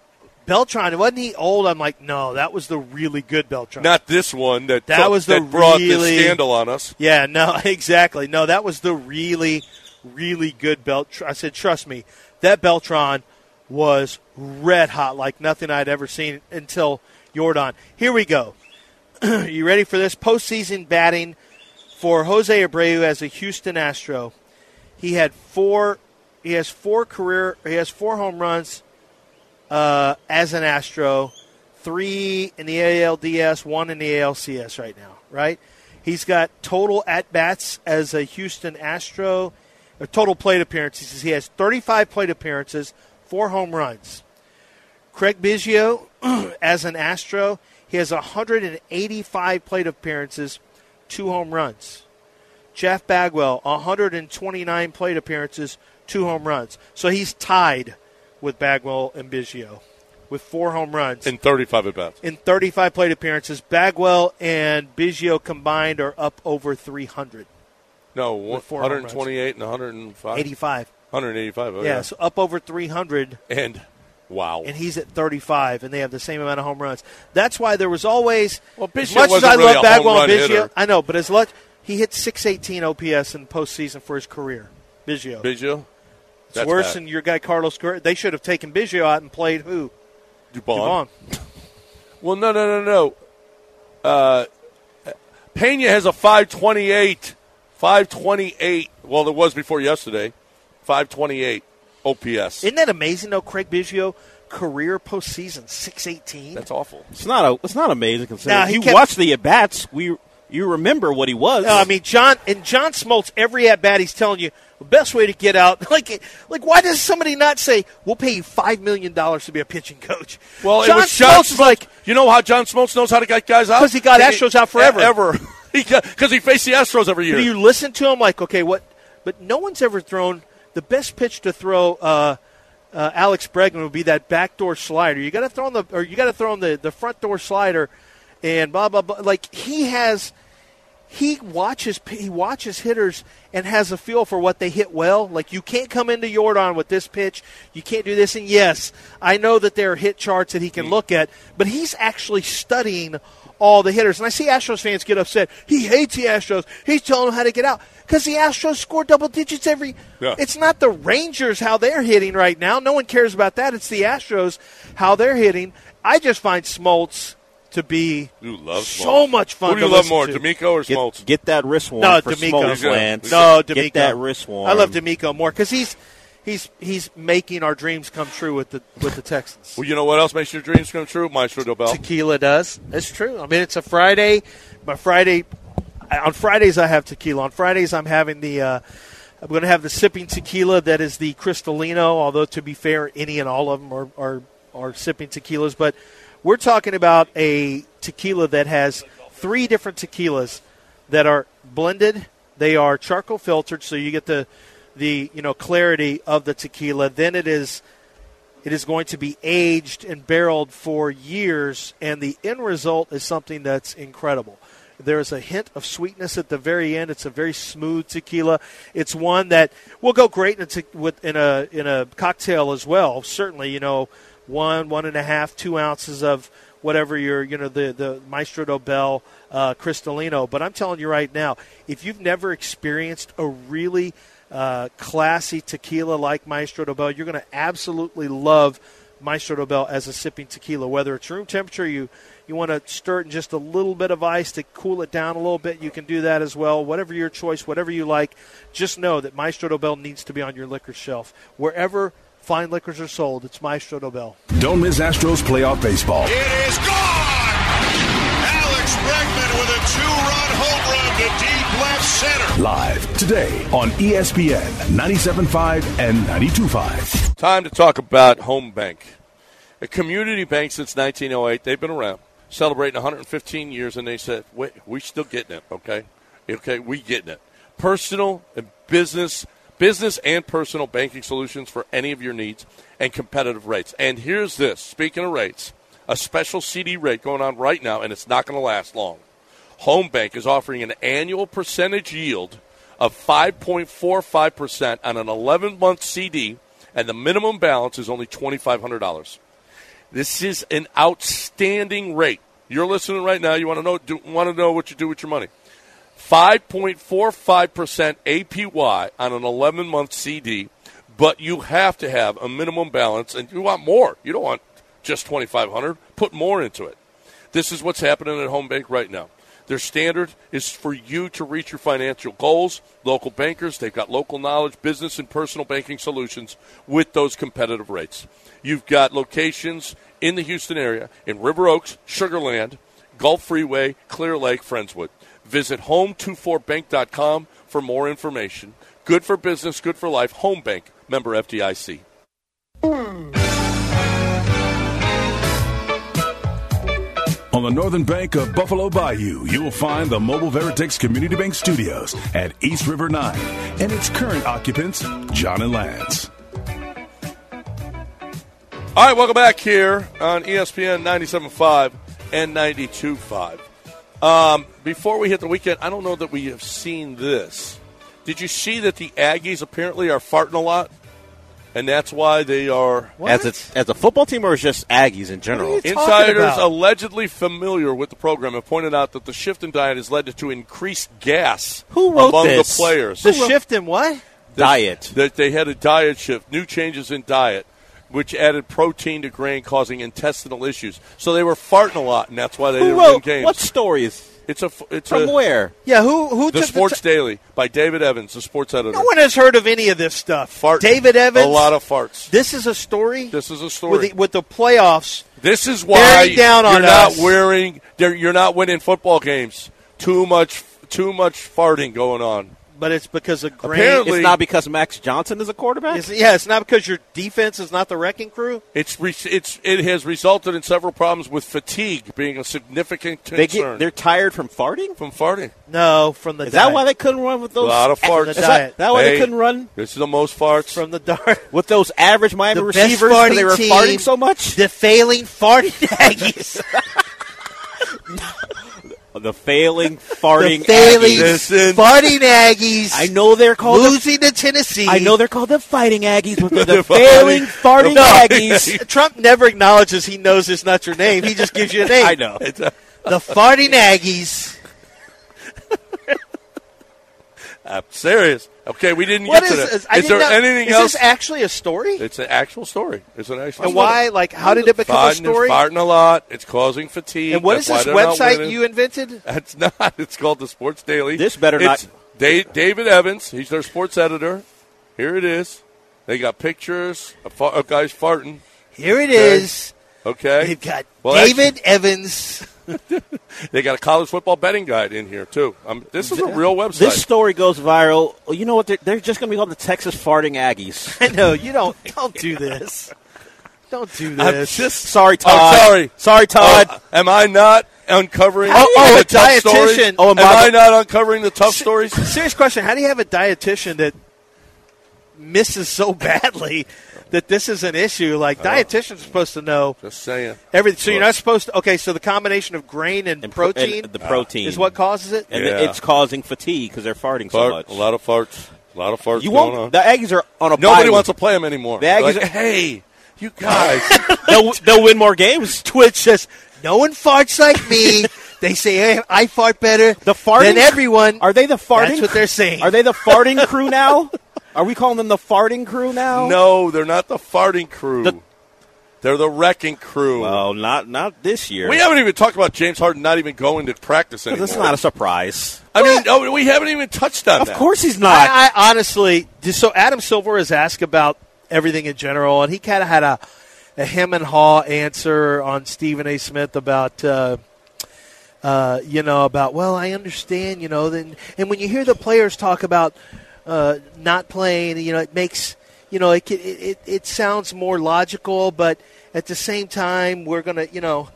S2: Beltron, wasn't he old? I'm like, no, that was the really good Beltron.
S5: Not this one that
S2: That was the
S5: that brought
S2: really-
S5: the scandal on us.
S2: Yeah, no, <laughs> exactly. No, that was the really, really good Beltron. I said, trust me, that Beltron was red hot like nothing I'd ever seen until Jordan. Here we go. <clears throat> you ready for this? Postseason batting for Jose Abreu as a Houston Astro. He had four. He has four career. He has four home runs uh, as an Astro, three in the ALDS, one in the ALCS right now. Right. He's got total at bats as a Houston Astro, or total plate appearances. He has 35 plate appearances, four home runs. Craig Biggio, <clears throat> as an Astro, he has 185 plate appearances, two home runs. Jeff Bagwell, 129 plate appearances, two home runs. So he's tied with Bagwell and Biggio with four home runs.
S5: in 35 at bats.
S2: in 35 plate appearances, Bagwell and Biggio combined are up over 300.
S5: No,
S2: four home runs.
S5: 128 and 105.
S2: 85.
S5: 185. Oh,
S2: Yeah,
S5: yeah.
S2: so up over 300,
S5: And wow.
S2: and he's at 35, and they have the same amount of home runs. That's why there was always,
S5: Well,
S2: as
S5: Biggio
S2: much as
S5: wasn't
S2: I
S5: really
S2: love
S5: a home
S2: Bagwell and
S5: run
S2: Biggio,
S5: hitter.
S2: I know, but as much he hit 618 OPS in postseason for his career. Biggio,
S5: Biggio.
S2: it's
S5: That's
S2: worse
S5: bad.
S2: than your guy Carlos. Correa. They should have taken Biggio out and played who?
S5: Dubon.
S2: Dubon.
S5: Well, no, no, no, no. Uh, Pena has a 528. 528. Well, there was before yesterday. 528 OPS.
S2: Isn't that amazing though? Craig Biggio career postseason 618.
S5: That's awful.
S6: It's not a, it's not amazing considering
S2: Nah, he
S6: you
S2: kept-
S6: watch the at bats, we you remember what he was.
S2: No, I mean John and John Smoltz. Every at bat, he's telling you, The best way to get out, <laughs> like, like why does somebody not say, "We'll pay you five million dollars to be a pitching coach"?
S5: Well, it
S2: John
S5: was John
S2: Smoltz is like,
S5: You know how John Smoltz knows how to get guys out
S2: 'Cause he got Astros out forever.
S5: E- Ever, <laughs> because he faced the Astros every year.
S2: do you listen to him? Like, okay, what? But no one's ever thrown the best pitch to throw. Uh, uh, Alex Bregman would be that backdoor slider. You got to throw on the, or you got to throw on the the front door slider, and blah blah blah. Like he has, he watches he watches hitters and has a feel for what they hit well. Like you can't come into Yordan with this pitch. You can't do this. And yes, I know that there are hit charts that he
S5: Mm.
S2: can look at, but he's actually studying all the hitters. And I see Astros fans get upset. He hates the Astros. He's telling them how to get out because the Astros score double digits every.
S5: Yeah.
S2: It's not the Rangers how they're hitting right now. No one cares about that. It's the Astros how they're hitting. I just find Smoltz to be
S5: You love
S2: so
S5: Smoltz.
S2: much fun.
S5: Who do you
S2: to
S5: love
S2: listen
S5: more,
S2: to.
S5: D'Amico or Smoltz?
S6: Get, get that wrist warm
S2: No,
S6: for
S2: D'Amico.
S6: Smoltz, Lance.
S2: No, D'Amico.
S6: Get that wrist warm.
S2: I love D'Amico more because he's he's he's making our dreams come true with the with the Texans.
S5: Well, you know what else makes your dreams come true? Maestro Dobell.
S2: Tequila does. It's true. I mean, it's a Friday. My Friday on Fridays I have tequila. On Fridays I'm having the. Uh, I'm going to have the sipping tequila that is the Cristalino. Although to be fair, any and all of them are are, are sipping tequilas. But we're talking about a tequila that has three different tequilas that are blended. They are charcoal filtered, so you get the the you know clarity of the tequila. Then it is it is going to be aged and barreled for years, and the end result is something that's incredible. There is a hint of sweetness at the very end. It's a very smooth tequila. It's one that will go great in a, te- with, in a in a cocktail as well. Certainly, you know, one one and a half, two ounces of whatever your you know the the Maestro Dobel uh, Cristalino. But I'm telling you right now, if you've never experienced a really uh, classy tequila like Maestro Dobel, you're going to absolutely love Maestro Dobel as a sipping tequila. Whether it's room temperature, you you want to stir it in just a little bit of ice to cool it down a little bit, you can do that as well. Whatever your choice, whatever you like, just know that Maestro Dobel needs to be on your liquor shelf wherever. Fine liquors are sold. It's Maestro Dobel.
S4: Don't miss Astros playoff baseball.
S10: It is gone! Alex Bregman with a two-run home run to deep left center.
S4: Live today on E ESPN 97.5 and 92.5.
S5: Time to talk about Home Bank. A community bank since 1908. They've been around, celebrating 115 years, and they said, Wait, we still getting it, okay? Okay, we getting it. Personal and business, business and personal banking solutions for any of your needs and competitive rates. And here's this speaking of rates, a special CD rate going on right now, and it's not going to last long. Home Bank is offering an annual percentage yield of 5.45% on an 11 month CD, and the minimum balance is only $2,500. This is an outstanding rate. You're listening right now. You want to know do, want to know what you do with your money. 5.45% APY on an 11 month CD, but you have to have a minimum balance and you want more. You don't want just 2500 Put more into it. This is what's happening at Home Bank right now. Their standard is for you to reach your financial goals. Local bankers, they've got local knowledge, business, and personal banking solutions with those competitive rates. You've got locations in the Houston area in River Oaks, Sugar Land, Gulf Freeway, Clear Lake, Friendswood. Visit home24bank.com for more information. Good for business, good for life. Home Bank, member FDIC.
S4: On the northern bank of Buffalo Bayou, you'll find the Mobile Veritex Community Bank Studios at East River 9 and its current occupants, John and Lance.
S5: All right, welcome back here on E ESPN 97.5 and 92.5. Um, before we hit the weekend, I don't know that we have seen this. Did you see that the Aggies apparently are farting a lot? And that's why they are
S6: As a, as a football team or is just Aggies in general?
S2: What are you
S5: Insiders
S2: about?
S5: allegedly familiar with the program have pointed out that the shift in diet has led to increased gas
S6: Who wrote
S5: among
S6: this?
S5: the players.
S2: The shift in what?
S6: Diet.
S5: that they had a diet shift, new changes in diet, which added protein to grain, causing intestinal issues. So they were farting a lot, and that's why they
S6: Who
S5: didn't win
S6: wrote
S5: games.
S6: what story is
S5: it's a f- it's
S6: from
S5: a,
S6: where?
S2: Yeah, who who
S5: the
S2: took
S5: Sports
S2: The ti-
S5: Daily by David Evans, the sports editor.
S2: no one has heard of any of this stuff.
S5: Farting.
S2: David Evans.
S5: a lot of farts.
S2: This is a story.
S5: This is a story.
S2: with the, with the playoffs.
S5: This is why
S2: Bearing down on
S5: you're
S2: us.
S5: not wearing. there- You're not winning football games. Too much, too much farting going on.
S2: but it's because of Grant.
S6: it's not because Max Johnson is a quarterback.
S2: It's- yeah, it's not because your defense is not the wrecking crew.
S5: It's re- it's it has resulted in several problems with fatigue being a significant concern.
S6: They get, they're tired from farting.
S5: from farting.
S2: No, from the
S6: Is that
S2: diet.
S6: why they couldn't run with
S5: A
S6: those?
S5: lot of farts.
S2: the
S6: Is that, that why
S5: Hey,
S6: they couldn't run
S5: This is the most farts. <laughs>
S2: from the dark? <laughs>
S6: with those average Miami
S2: The best
S6: receivers? 'cause They
S2: farting
S6: were
S2: team-
S6: farting so much.
S2: The failing farting Aggies.
S6: The failing
S2: the
S6: farting.
S2: failing
S6: Aggies.
S5: Listen.
S2: farting Aggies.
S6: I know they're called. The,
S2: losing to Tennessee.
S6: I know they're called the fighting Aggies, but they're <laughs>
S5: The
S6: the
S5: fighting-
S6: failing <laughs> farting
S5: the fighting
S6: Aggies.
S2: <laughs> Trump never acknowledges he knows it's not your name. He just gives you a name.
S6: I know.
S5: It's uh, a-
S2: The farting Aggies.
S5: I'm serious. Okay, we didn't
S2: What
S5: get to
S2: is
S5: that.
S2: this? I
S5: is there
S2: didn't know-
S5: anything
S2: is
S5: else?
S2: this actually a story?
S5: it's an actual story. It's an actual.
S2: and
S5: story.
S2: why? Like, how did it become a
S5: Farting and
S2: story?
S5: Farting a lot. It's causing fatigue.
S2: And what is
S5: That's why
S2: this
S5: they're not
S2: website
S5: winning.
S2: you invented?
S5: That's <laughs> not. It's called the Sports Daily.
S6: This better
S5: it's
S6: not-
S5: Da- David Evans. He's their sports editor. Here it is. They got pictures of, fa- of guys farting.
S2: Here it
S5: Okay.
S2: is.
S5: Okay.
S2: They've got
S5: Well,
S2: David
S6: <laughs>
S2: Evans.
S5: They got a college football betting guide in here too. Um, this is a real website.
S6: This story goes viral. Well, You know what? They're, they're just going to be called the Texas farting Aggies.
S2: I know you don't. Don't do this. Don't do
S5: I'm
S2: this.
S5: just
S6: Sorry,
S5: I'm
S6: Todd.
S5: sorry.
S6: Oh, Sorry, uh, Todd.
S5: Oh, am I not uncovering?
S2: Oh,
S5: the
S2: oh, a
S5: tough
S2: dietitian.
S5: Stories?
S2: Oh,
S5: am
S2: and
S5: I
S2: by the-
S5: not uncovering the tough stories?
S2: Serious question: How do you have a dietitian that misses so badly that this is an issue?
S6: Uh,
S2: Like dietitians are supposed to know
S5: Just saying.
S2: everything. So you're not supposed to. Okay, so the combination of grain and,
S6: And pro-
S2: protein
S6: and the protein.
S2: is what causes it.
S6: and
S5: Yeah.
S6: it's causing fatigue because they're farting so
S5: Fart,
S6: much.
S5: a lot of farts. A lot of farts
S6: you
S5: going
S6: won't.
S5: on.
S6: The Aggies are on a.
S5: Nobody
S6: bye
S5: wants to
S6: week.
S5: play them anymore.
S6: The Aggies
S5: Like,
S6: are-
S5: hey, you guys.
S6: They'll, they'll win more
S2: <laughs>
S6: games.
S2: Twitch says no one farts like me.
S6: <laughs>
S2: they say hey, I fart better
S6: The farting
S2: than everyone.
S6: Are they the farting?
S2: That's what they're saying.
S6: Are they the farting crew now? Are we calling them the farting crew now?
S5: no, they're not the farting crew.
S6: The-
S5: they're the wrecking crew.
S6: Well, not not this year.
S5: We haven't even talked about James Harden not even going to practice anymore.
S6: That's not a surprise.
S5: I mean, oh, we haven't even touched on
S6: Of
S5: that.
S6: course he's not.
S2: I, I honestly, so Adam Silver is asked about everything in general, and he kind of had a, a hem and haw answer on Stephen A. Smith about. Uh, uh, you know about well, I understand. You know, then and when you hear the players talk about uh, not playing, you know, it makes you know it, it it it sounds more logical, but at the same time, we're gonna you know,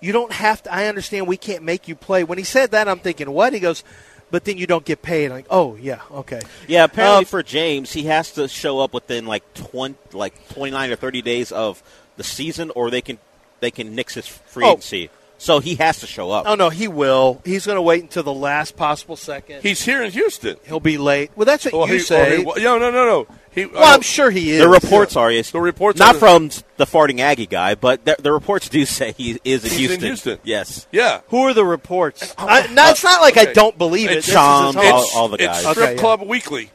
S2: you don't have to. I understand we can't make you play. When he said that, I'm thinking what he goes, but then you don't get paid. like, oh yeah, okay.
S6: Yeah, apparently
S2: Um,
S6: for James, he has to show up within like twenty, like twenty nine or thirty days of the season, or they can they can nix his free
S2: Oh.
S6: agency. So he has to show up.
S2: Oh no, he will. He's going to wait until the last possible second.
S5: He's here in Houston.
S2: He'll be late. Well, that's what
S5: Or
S2: you
S5: he,
S2: say.
S5: or he- no, no, no, no. He, uh,
S2: well, I'm sure he is.
S6: the reports are is
S5: The reports
S6: not
S5: are-
S6: from the farting Aggie guy, but the, the reports do say he is in
S5: He's in
S6: Houston.
S5: Houston.
S6: Yes,
S5: Yeah.
S2: Who are the reports? I, no, it's not like I
S5: okay.
S2: don't believe it.
S5: It's Oh,
S2: This is his
S6: Shams,
S2: home.
S6: all- all the
S5: it's
S6: guys.
S5: Strip
S2: Okay, yeah.
S5: Club Weekly.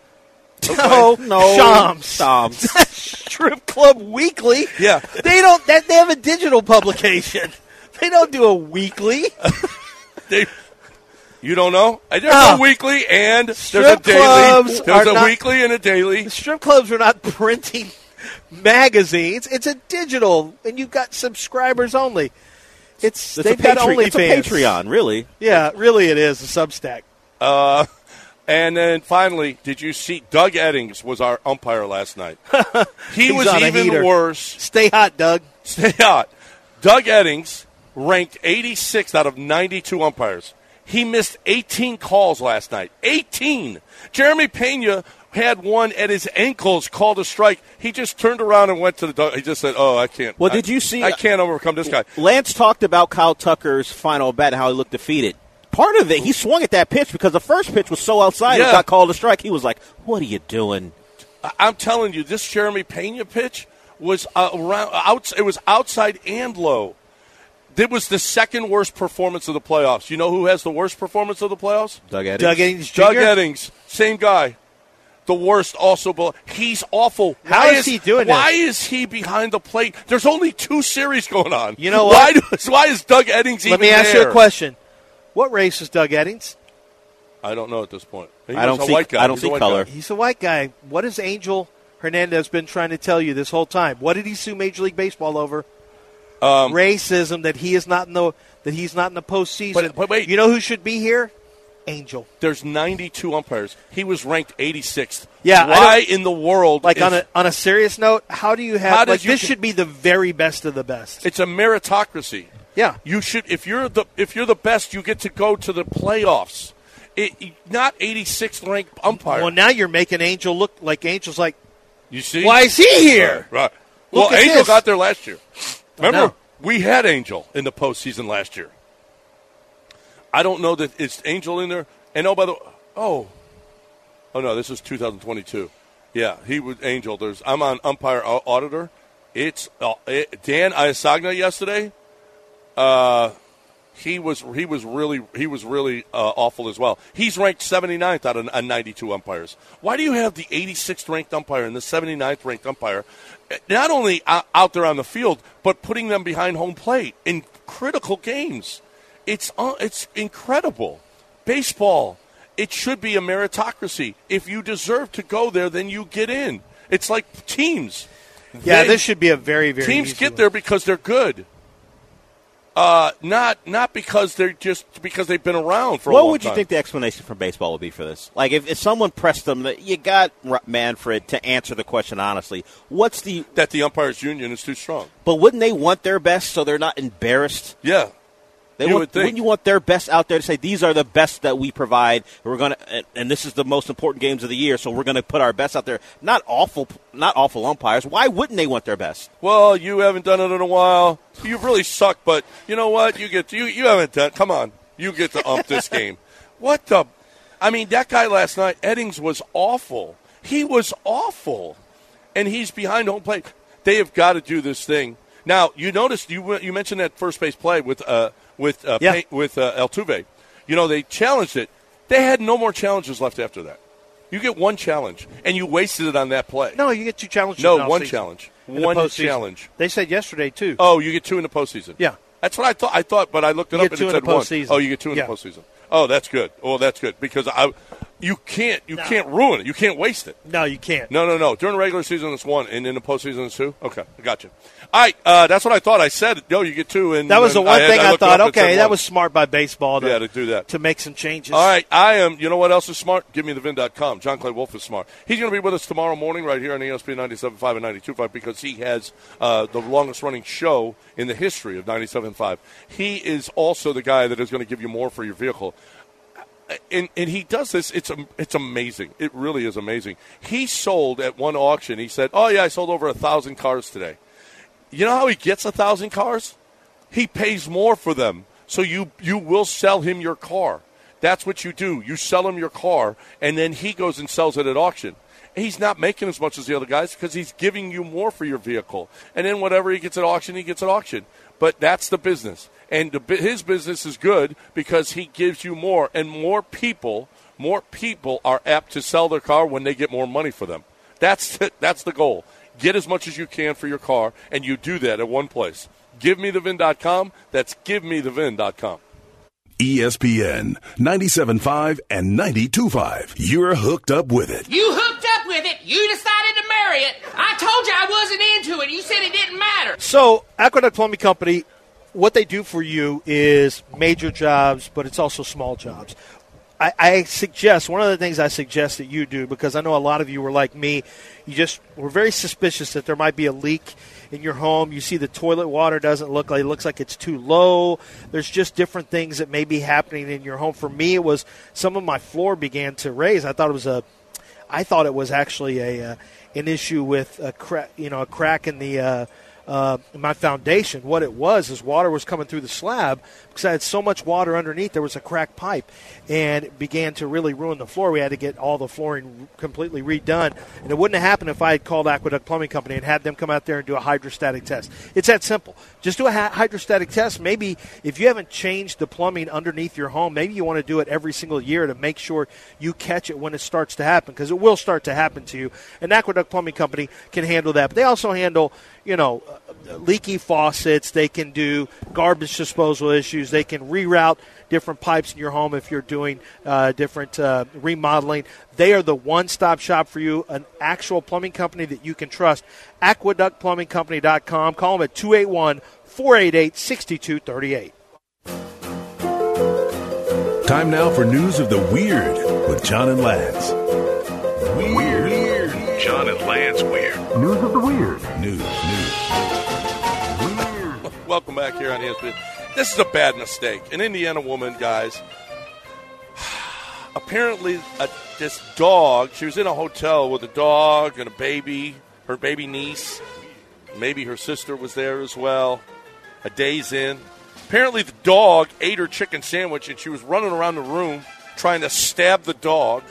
S2: No,
S6: no,
S2: Shams.
S6: Shams.
S2: <laughs> Strip Club Weekly.
S5: Yeah.
S2: they don't. That, they have a digital publication. <laughs> They don't do a weekly.
S5: They, you don't know? I There's
S2: No.
S5: a weekly and there's a
S2: Strip
S5: daily.
S2: clubs
S5: there's
S2: are
S5: a
S2: not-
S5: weekly and a daily.
S2: Strip clubs are not <laughs> printing magazines. It's a digital, and you've got subscribers only. It's,
S6: it's, a,
S2: they've got
S6: Patreon-
S2: only
S6: it's a Patreon, really.
S2: Yeah, really, it is a Substack.
S5: Uh, and then finally, did you see Doug Eddings was our umpire last
S6: <laughs>
S5: night? He
S2: He's
S5: was
S2: on a
S5: even
S2: heater.
S5: worse. <laughs>
S2: Stay hot, Doug.
S5: Stay out. Doug Eddings ranked 86th out of 92 umpires. He missed 18 calls last night. 18. Jeremy Pena had one at his ankles called a strike. He just turned around and went to the. Doug. He just said, "Oh, I can't."
S6: Well,
S5: I-
S6: did you see-
S5: I can't overcome this guy.
S6: Lance talked about Kyle Tucker's final bat and how he looked defeated. Part of it, he swung at that pitch because the first pitch was so outside
S5: Yeah.
S6: it got called a strike. He was like, "What are you doing?"
S5: I- I'm telling you, this Jeremy Pena pitch was uh, around. Out, it was outside and low. It was the second worst performance of the playoffs. You know who has the worst performance of the playoffs?
S6: Doug Eddings.
S2: Doug Eddings Jr.
S5: Doug Eddings, same guy. The worst also, but he's awful.
S2: How
S5: why
S2: is he doing
S5: Why
S2: that?
S5: is he behind the plate? There's only two series going on.
S2: You know
S5: Why,
S2: what?
S5: does, <laughs> why is Doug Eddings even
S2: Let me ask you
S5: there?
S2: a question. What race is Doug Eddings?
S5: I don't know at this point. He
S6: I don't
S5: was a
S6: see-
S5: White guy.
S6: I don't
S5: He's a
S6: see
S5: white
S6: color.
S5: guy.
S2: He's a white guy. What has Angel Hernandez been trying to tell you this whole time? What did he sue Major League Baseball over?
S5: Um,
S2: Racism that he is not in the that he's not in the postseason.
S5: But- but wait.
S2: you know who should be here? Angel.
S5: There's 92 umpires. He was ranked 86th.
S2: Yeah, I
S5: Why
S2: don't-
S5: in the world?
S2: Like
S5: is-
S2: on a on a serious note, how do you have
S5: How does
S2: like
S5: you
S2: this
S5: con-
S2: should be the very best of the best?
S5: It's a meritocracy.
S2: Yeah.
S5: You should if you're the if you're the best, you get to go to the playoffs. It, not 86th ranked umpire.
S2: Well, now you're making Angel look like Angel's like
S5: you see?
S2: why is he here?
S5: Right. right.
S2: Look
S5: Well,
S2: at
S5: Angel
S2: this.
S5: got there last year. Remember,
S2: know.
S5: we had Angel in the postseason last year. I don't know that it's Angel in there. And oh, by the oh, oh no, this is 2022. Yeah, he was Angel. There's I'm on umpire au- auditor. It's uh, it, Dan Iasagna yesterday. Uh, he was he was really he was really uh, awful as well. He's ranked 79th out of uh, 92 umpires. Why do you have the 86th ranked umpire and the 79th ranked umpire uh, not only o- out there on the field but putting them behind home plate in critical games? It's uh, it's incredible. Baseball, it should be a meritocracy. If you deserve to go there, then you get in. It's like teams.
S2: Yeah,
S5: They-
S2: this should be a very very
S5: teams
S2: easy
S5: get
S2: one.
S5: there because they're good. Uh, not not because they're just because they've been around for a
S6: What
S5: long
S6: would you
S5: time.
S6: think the explanation from baseball would be for this? Like, if, if someone pressed them, that you got R- Manfred to answer the question honestly. What's the?
S5: that the umpires union is too strong?
S6: But wouldn't they want their best so they're not embarrassed?
S5: Yeah.
S6: They
S5: You
S6: want,
S5: would think.
S6: Wouldn't you want their best out there to say these are the best that we provide? and We're gonna, and, and this is the most important games of the year, so we're gonna put our best out there. Not awful, not awful umpires. Why wouldn't they want their best?
S5: Well, you haven't done it in a while. You really suck, but you know what? You get you you haven't done. Come on, you get to
S2: <laughs>
S5: ump this game. What the? I mean, that guy last night, Eddings was awful. He was awful, and he's behind home plate. They have got to do this thing now. You noticed you you mentioned that first base play with uh with uh,
S2: Yeah.
S5: Pay- with uh, Altuve. You know they challenged it. They had no more challenges left after that. You get one challenge, and you wasted it on that play.
S2: No, you get two challenges.
S5: No,
S2: in the
S5: one
S2: offseason.
S5: challenge.
S2: In the
S5: One
S2: postseason.
S5: challenge.
S2: They said yesterday too.
S5: Oh, you get two in the postseason.
S2: Yeah.
S5: that's what I thought. I thought, but I looked it
S2: You
S5: up
S2: get
S5: and
S2: two
S5: it
S2: in
S5: said
S2: the
S5: one.
S2: postseason.
S5: Oh, you get two in
S2: Yeah.
S5: the postseason. Oh, that's good. Oh, that's good because I, you can't, you can't ruin it. You can't waste it.
S2: No, you can't.
S5: No, no, no. During the regular season, it's one, and in the postseason, it's two. Okay, I got you. All right, uh, that's what I thought. I said, no, you get two, and
S2: That was the
S5: and
S2: one
S5: had-
S2: thing I,
S5: looked it up
S2: thought.
S5: and it said
S2: Okay, that
S5: one.
S2: was smart by baseball. To,
S5: Yeah, to do that.
S2: to make some changes.
S5: All right, I am. You know what else is smart? Give me the VIN.com. John Clay Wolf is smart. He's going to be with us tomorrow morning right here on E ESPN 97.5 and 92.5 because he has uh, the longest running show in the history of 97.5. He is also the guy that is going to give you more for your vehicle. Uh, And, and he does this. It's am- it's amazing. It really is amazing. He sold at one auction. He said, "Oh yeah, I sold over a thousand cars today." You know how he gets a thousand cars? He pays more for them. So you you will sell him your car. That's what you do. You sell him your car, and then he goes and sells it at auction. He's not making as much as the other guys because he's giving you more for your vehicle. And then whatever he gets at auction, he gets at auction. But that's the business. And the, bu- his business is good because he gives you more, and more people, more people are apt to sell their car when they get more money for them. That's <laughs> that's the goal. Get as much as you can for your car, and you do that at one place. GiveMeTheVin.com. That's GiveMeTheVin.com.
S4: E ESPN 97.5 and 92.5. You're hooked up with it.
S9: You hooked up with it. You decided to marry it. I told you I wasn't into it. You said it didn't matter.
S2: So, Aqueduct Plumbing Company, what they do for you is major jobs, but it's also small jobs. I, I suggest one of the things I suggest that you do because I know a lot of you were like me. You just were very suspicious that there might be a leak in your home. You see the toilet water doesn't look like it looks like it's too low. There's just different things that may be happening in your home. For me, it was some of my floor began to raise. I thought it was a I thought it was actually a uh, an issue with a cra- you know a crack in the uh, uh, in my foundation. What it was is water was coming through the slab because I had so much water underneath. There was a cracked pipe, and it began to really ruin the floor. We had to get all the flooring completely redone, and it wouldn't have happened if I had called Aqueduct Plumbing Company and had them come out there and do a hydrostatic test. It's that simple. Just do a hy- hydrostatic test. Maybe if you haven't changed the plumbing underneath your home, maybe you want to do it every single year to make sure you catch it when it starts to happen because it will start to happen to you. And Aqueduct Plumbing Company can handle that. But they also handle, you know, uh, leaky faucets. They can do garbage disposal issues. They can reroute different pipes in your home if you're doing uh, different uh, remodeling. They are the one stop shop for you, an actual plumbing company that you can trust. AqueductPlumbingCompany.com. Call them at 281 488 6238.
S4: Time now for news of the weird with John and Lance. Weird. weird. John and Lance Weird. News of the weird. News.
S5: Welcome back here on ESPN. This is a bad mistake. An Indiana woman, guys. <sighs> Apparently, a, this dog. She was in a hotel with a dog and a baby. Her baby niece, maybe her sister was there as well. A day's in. Apparently, the dog ate her chicken sandwich, and she was running around the room trying to stab the dog.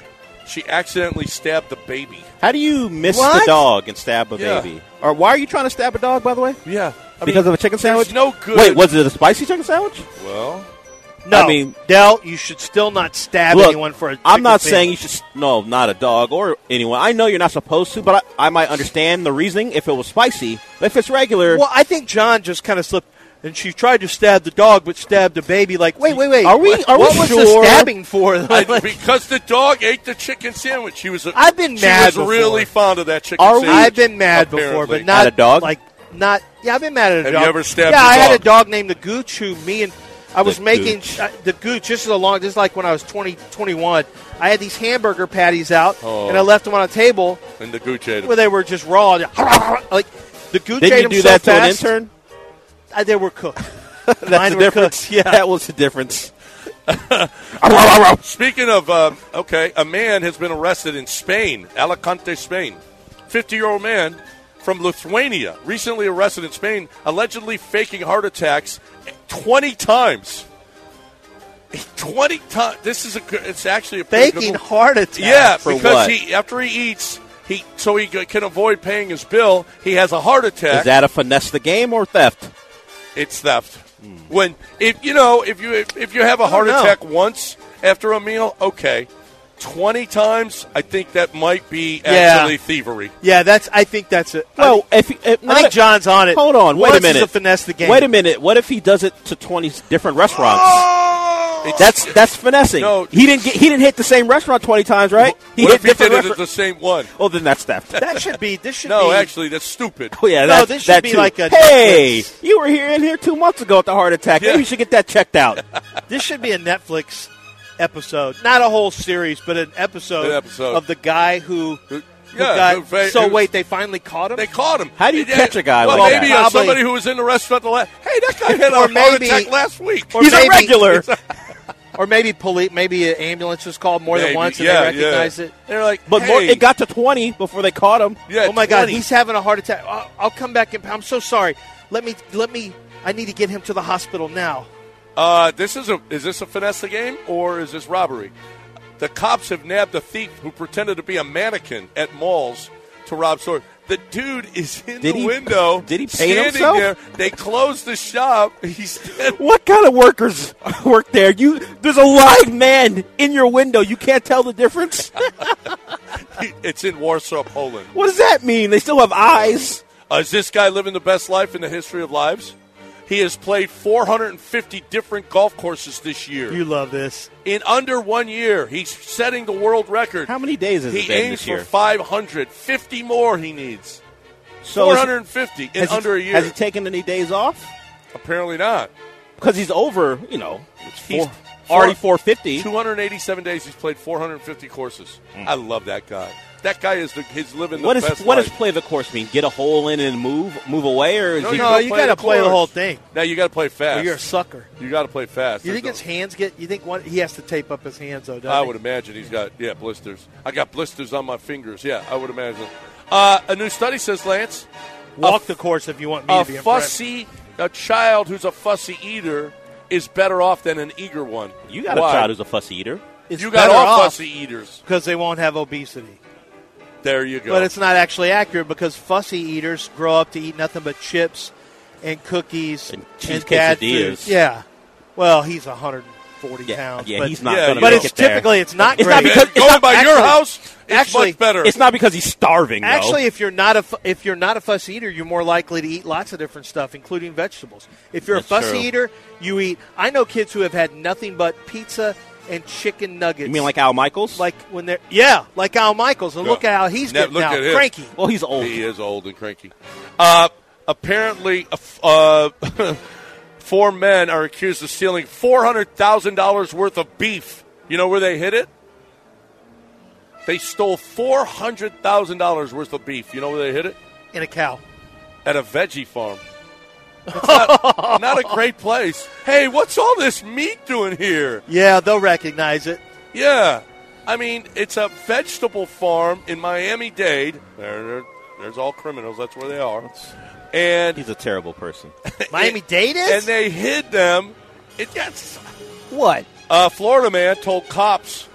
S5: She accidentally stabbed the baby.
S6: How do you miss
S5: What?
S6: the dog and stab a
S5: Yeah.
S6: baby?
S11: Or why are you trying to stab a dog? By the way,
S5: yeah,
S6: Because
S11: of a chicken
S5: sandwich? no good-
S6: Wait, was it a spicy chicken sandwich?
S5: Well,
S2: No,
S6: I mean,
S2: Dell, you should still not stab
S6: Look,
S2: anyone for. a
S6: I'm
S2: chicken
S6: not
S2: sandwich.
S6: saying you should. s- No, not a dog or anyone. I know you're not supposed to, but I, I might understand the reasoning if it was spicy. But if it's regular,
S2: Well, I think John just kind of slipped, and she tried to stab the dog, but stabbed the baby. Like, wait, wait, wait.
S6: Are we-
S2: What,
S6: are we
S2: what was the
S6: sure?
S2: stabbing <laughs> for?
S5: <laughs> I- because the dog ate the chicken sandwich. She was. A,
S2: I've been
S5: she
S2: mad
S5: was
S2: before.
S5: really fond of that chicken
S6: Are we-
S5: sandwich.
S2: I've been mad before,
S5: apparently.
S2: but not
S6: At a dog?
S2: Like, not. Yeah, I've been mad at a
S5: Have you
S2: dog.
S5: ever stabbed
S2: Yeah,
S5: a
S2: I had
S5: dog?
S2: a dog named the Gooch who me and I was
S6: The
S2: making
S6: Gooch.
S2: uh, the Gooch. This is a long. This is like when I was 20, 21. I had these hamburger patties out,
S5: Oh.
S2: and I left them on a table
S5: And the Gooch ate it.
S2: where they were just raw. <laughs> Like the Gooch
S6: did
S2: ate
S6: you
S2: them
S6: do
S2: so
S6: that to an
S2: fast,
S6: intern?
S2: uh, they were cooked.
S6: <laughs> That's
S2: Mine
S6: the
S2: were
S6: difference. <laughs>
S2: cooked, yeah.
S6: that was the difference.
S5: Speaking of, um, okay, a man has been arrested in Spain, Alicante, Spain. 50 year old man from Lithuania, recently arrested in Spain, allegedly faking heart attacks 20 times. 20 times. This is a good, it's actually a pretty good
S2: Faking
S5: move.
S2: heart attack.
S5: Yeah,
S6: For
S5: because
S6: what?
S5: he after he eats, he so he can avoid paying his bill, he has a heart attack
S6: Is that a finesse the game or theft?
S5: it's theft. When if you know if you if, if you have a heart
S2: know.
S5: attack once after a meal, okay. Twenty times, I think that might be actually thievery.
S2: Yeah, that's. I think that's it.
S6: Well, if, if
S2: I think John's on it.
S6: Hold on, wait
S2: Once
S6: a minute.
S2: Is a finesse the game.
S6: Wait a minute. What if he does it to twenty different restaurants?
S2: Oh!
S5: It's-
S6: That's that's finessing.
S5: No.
S6: he didn't get he didn't hit the same restaurant twenty times, right? He
S5: what
S6: hit
S5: if he did
S6: different
S5: it at
S6: restaurant-
S5: the same one?
S6: Oh, then
S2: <laughs>
S6: that's theft.
S2: That should be. This
S6: <laughs>
S2: should
S5: No,
S2: be.
S5: actually, that's stupid.
S6: Oh yeah,
S2: No,
S6: that,
S2: this should
S6: that
S2: be
S6: too.
S2: like a
S6: Hey,
S2: Netflix.
S6: you were here in here two months ago at the heart attack.
S5: Yeah.
S6: Maybe you should get that
S2: <laughs>
S6: checked out.
S2: This should be a Netflix episode, not a whole series, but an episode,
S5: An episode.
S2: of the guy who.
S5: Who-
S2: who
S5: Uh, yeah,
S2: got-
S5: who fa-
S2: so
S5: who's-
S2: wait, they finally caught him.
S5: They caught him.
S6: How do you
S5: They-
S6: catch a guy
S5: well,
S6: like
S5: maybe
S6: that?
S5: uh,
S2: Probably-
S5: somebody who was in the restaurant the last. Hey, that
S6: <laughs>
S5: guy had a
S2: Or
S5: heart
S2: maybe-
S5: attack last week.
S2: or
S6: He's a
S2: maybe-
S6: regular.
S2: or maybe police, maybe an ambulance was called more
S5: Maybe,
S2: than once, and
S5: yeah,
S2: they recognized
S5: yeah.
S2: it.
S5: They're like,
S6: But
S5: hey,
S6: more, it got to twenty before they caught him.
S5: yeah,
S2: oh my god,
S5: 20.
S2: he's having a heart attack. I'll, I'll come back and I'm so sorry. Let me, let me. I need to get him to the hospital now.
S5: Uh, this is a is this a finesse the game or is this robbery? The cops have nabbed a thief who pretended to be a mannequin at malls to rob stores. The dude is in
S6: Did
S5: the
S6: he-
S5: window.
S6: did he paint
S5: standing
S6: himself?
S5: There. They closed the shop. <laughs> He's dead.
S6: What kind of workers <laughs> work there? You there's a live man in your window. You can't tell the difference.
S5: It's in Warsaw, Poland.
S6: what does that mean? They still have eyes.
S5: Uh, is this guy living the best life in the history of lives? He has played 450 different golf courses this year.
S2: You love this.
S5: in under one year, he's setting the world record.
S6: How many days has
S5: he
S6: it been
S5: aims
S6: this year?
S5: for 500. 50 more he needs.
S6: So is he-
S5: 450 in
S6: has he-
S5: under a year.
S6: Has he taken any days off?
S5: Apparently not.
S6: Because he's over. You know, it's
S5: He's
S6: four, already
S5: four-
S6: four fifty.
S5: 287 days he's played 450 courses.
S2: Hmm.
S5: I love that guy. That guy is the, he's living the
S6: What is
S5: best
S6: what does
S5: life.
S6: play the course mean? Get a hole in and move move away, or is
S5: No,
S6: he
S2: No, you
S5: play
S2: got to
S5: the
S2: play the
S5: chords.
S2: whole thing.
S5: now you got to play
S2: Or
S5: fast.
S2: you're a sucker.
S5: you got to play fast.
S2: You
S5: There's
S2: think his
S5: no-
S2: hands get? You think one? He has to tape up his hands though. Doesn't
S5: I
S2: he?
S5: would imagine he's got yeah blisters. I got blisters on my fingers. Yeah, I would imagine. Uh, a new study says Lance,
S2: walk the course if you want me
S5: a
S2: to be impressed.
S5: fussy a child who's a fussy eater is better off than an eager one.
S6: You got
S5: Why?
S6: a child who's a fussy eater.
S2: It's
S5: you got
S2: better
S5: all
S2: off
S5: fussy eaters.
S2: because they won't have obesity.
S5: There you go.
S2: But it's not actually accurate because fussy eaters grow up to eat nothing but chips and cookies
S6: And
S2: and,
S6: cheese
S2: bad
S6: quesadillas.
S2: food. Yeah. Well, he's 140
S6: Yeah,
S2: pounds.
S6: yeah
S2: but
S6: he's not.
S5: Yeah,
S6: gonna
S2: but
S6: make
S2: it's
S6: it there.
S2: typically it's not
S6: It's
S2: great.
S6: not because- it's
S5: going
S6: not-
S5: by your
S6: actually-
S5: house, it's
S2: actually,
S5: much better.
S6: It's not because he's starving. though.
S2: Actually, if you're not a fu- if you're not a fussy eater, you're more likely to eat lots of different stuff, including vegetables. If you're
S6: That's
S2: a fussy
S6: true.
S2: eater, you eat. I know kids who have had nothing but pizza and chicken nuggets.
S6: you mean like Al Michaels?
S2: like when they're yeah, like Al Michaels, and
S5: Yeah.
S2: look at how he's
S5: Now,
S2: getting
S5: look
S2: now,
S5: at him.
S2: cranky.
S6: well, he's old.
S5: He is old and cranky. Uh, apparently, uh, f- uh, <laughs> four men are accused of stealing $400,000 worth of beef. You know where they hid it? They stole $400,000 worth of beef. You know where they hid it?
S2: In a cow.
S5: At a veggie farm. It's
S6: <laughs>
S5: not, not a great place. Hey, what's all this meat doing here?
S2: Yeah, they'll recognize
S5: <laughs>
S2: it.
S5: Yeah. I mean, it's a vegetable farm in Miami Dade. There, there- there's all criminals. That's where they are. And
S6: he's a terrible person.
S2: Miami Dade is?
S5: And they hid them. It gets
S2: What?
S5: a Florida man told cops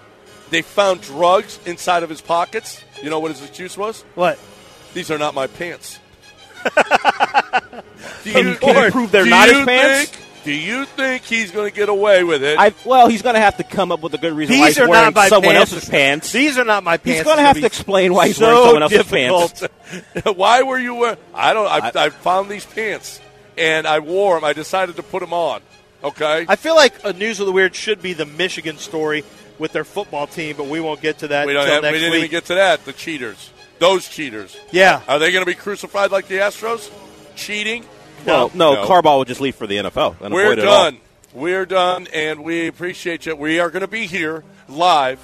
S5: they found drugs inside of his pockets. You know what his excuse was?
S2: What?
S5: These are not my pants. do
S6: <laughs> Can you- can you prove they're
S5: do
S6: not his
S5: you
S6: pants?
S5: think- do you think he's going to get away with it?
S6: I, well, he's going to have to come up with a good reason why
S5: These
S6: he's
S5: are not
S6: wearing
S5: my
S6: someone
S5: pants.
S6: else's pants.
S2: These are not my
S6: He's
S2: pants.
S6: gonna
S2: It's
S6: have
S2: be
S6: to explain why he's
S2: so
S6: wearing someone else's
S2: difficult.
S6: pants.
S5: <laughs> Why were you wearing? I don't. I, I, found these pants and I wore them. I decided to put them on. Okay.
S2: I feel like a news of the weird should be the Michigan story with their football team, but we won't get to that
S5: we don't.
S2: until
S5: Have, we
S2: next
S5: didn't
S2: week.
S5: even get Uh, to that. The cheaters. Those cheaters.
S2: Yeah.
S5: Are they going to be crucified like the Astros? Cheating?
S6: Well, no, Carball would just leave for the NFL. And
S5: We're
S6: avoid it all.
S5: done. We're done, and we appreciate you. We are going to be here live,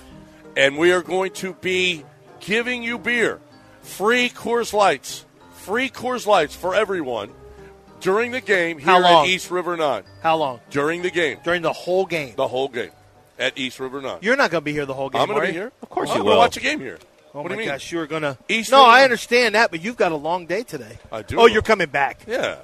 S5: and we are going to be giving you beer, free Coors Lights, free Coors Lights for everyone during the game here
S2: How long?
S5: at East River Nine.
S2: How long?
S5: During the game,
S2: During the whole game.
S5: the whole game at East River Nine.
S2: You're not going to be here the whole game.
S5: I'm going
S2: are
S5: to be
S2: you?
S5: here. Of
S6: course
S5: I'm
S6: you
S5: gonna
S6: will.
S5: watch a game here.
S2: Oh
S5: what
S2: my
S5: do you mean?
S2: gosh, you're gonna.
S5: East
S2: no,
S5: River-
S2: I understand that, but you've got a long day today.
S5: I do.
S2: Oh, you're coming back.
S5: Yeah.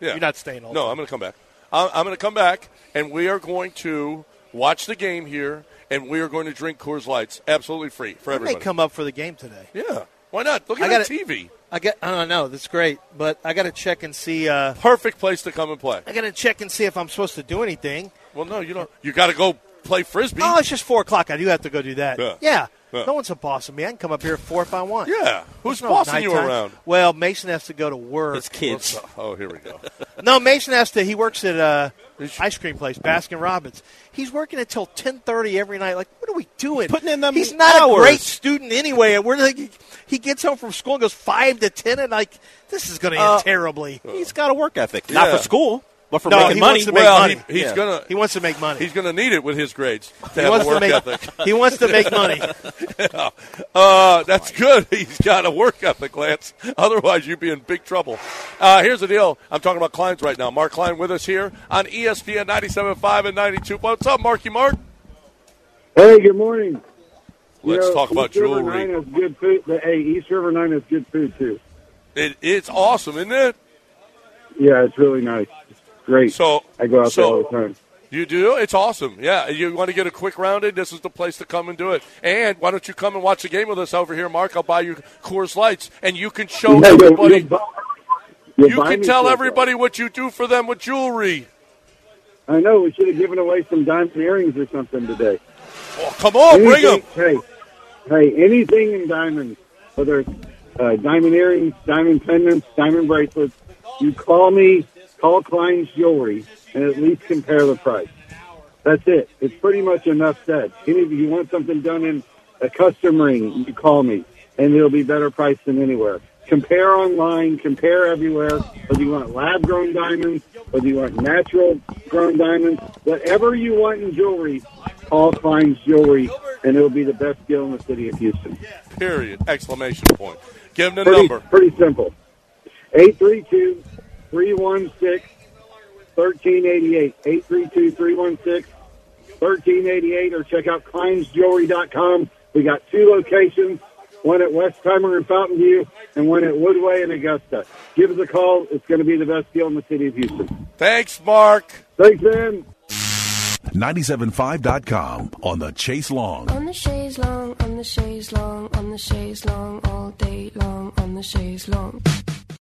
S5: Yeah.
S2: You're not staying all
S5: No, I'm going to come back. I'm, I'm going to come back, and we are going to watch the game here, and we are going to drink Coors Lights absolutely free for
S2: I may
S5: everybody.
S2: come up for the game today.
S5: yeah. Why not? Look
S2: I
S5: at
S2: gotta-
S5: that TV.
S2: I got. I don't know. That's great, but I got to check and see. Uh,
S5: Perfect place to come and play.
S2: I got to check and see if I'm supposed to do anything.
S5: Well, no, you don't. You got to go play frisbee.
S2: Oh, it's just four o'clock. I do have to go do that.
S5: Yeah. Yeah.
S2: No one's a boss of me. I can come up here at four if I want.
S5: yeah. Who's
S2: No
S5: bossing you
S2: nighttime.
S5: around?
S2: Well, Mason has to go to work.
S6: His kids.
S5: Oh, here
S2: <laughs>
S5: we go.
S2: No, Mason has to. He works at uh, ice cream place, Baskin Robbins. He's working until ten thirty every night. Like, what are we doing?
S6: Putting in them
S2: He's not a
S6: hours.
S2: great student anyway. And We're like, he gets home from school and goes five to ten, and like, this is going to end
S6: Uh,
S2: terribly.
S6: He's got a work ethic,
S5: Yeah.
S6: not for school, but for
S2: No,
S6: making
S2: he
S6: money.
S2: wants to make
S5: well,
S2: money.
S5: He, he's
S6: Yeah.
S5: gonna
S2: He wants to make money.
S5: he's gonna need it with his grades to
S2: he
S5: have
S2: wants
S5: a work
S2: to make. <laughs>
S5: ethic.
S2: He wants to make money.
S5: Uh, that's good. <laughs> He's got a work ethic, Lance. Otherwise, you'd be in big trouble. Uh, here's the deal. I'm talking about Klein's right now. Mark Klein with us here on E ESPN 97.5 and 92. What's up, Marky Mark?
S7: Hey, good morning. You
S5: Let's
S7: know,
S5: talk about
S7: East River Nine
S5: jewelry.
S7: has good food. But, hey, East River Nine has good food too.
S5: It, it's awesome, isn't it?
S7: Yeah, it's really nice. It's great.
S5: So
S7: I go out
S5: so
S7: there all the time.
S5: You do? It's awesome. Yeah. You want to get a quick rounded? This is the place to come and do it. And why don't you come and watch the game with us over here, Mark? I'll buy you Coors Lights, and you can show
S7: Yeah, you'll-
S5: everybody.
S7: you'll bu- you'll
S5: You
S7: buy
S5: can
S7: me
S5: tell
S7: stuff.
S5: everybody what you do for them with jewelry.
S7: I know we should have given away some diamond earrings or something today.
S5: Oh, come on, bring them.
S7: Anything- Hey, hey, anything in diamonds, whether it's uh, diamond earrings, diamond pendants, diamond bracelets, you call me, call Klein's Jewelry, and at least compare the price. That's it. It's pretty much enough said. Any of you want something done in a custom ring, you call me, and it'll be better priced than anywhere. Compare online, compare everywhere. Whether you want lab grown diamonds, whether you want natural grown diamonds, whatever you want in jewelry, call Klein's Jewelry, and it'll be the best deal in the city of Houston.
S5: Period. Exclamation point. Give him the
S7: Pretty,
S5: number.
S7: pretty simple. 832 316 1388. 832 316 1388 or check out kleinsjewelry.com. We got two locations, one at Westheimer and Fountain View and one at Woodway and Augusta. Give us a call. It's going to be the best deal in the city of Houston.
S5: Thanks, Mark.
S7: Thanks, man.
S4: 975.com on the Chase Long.
S9: On the chaise long, on the chaise long, on the chaise long, all day long, on the chaise long.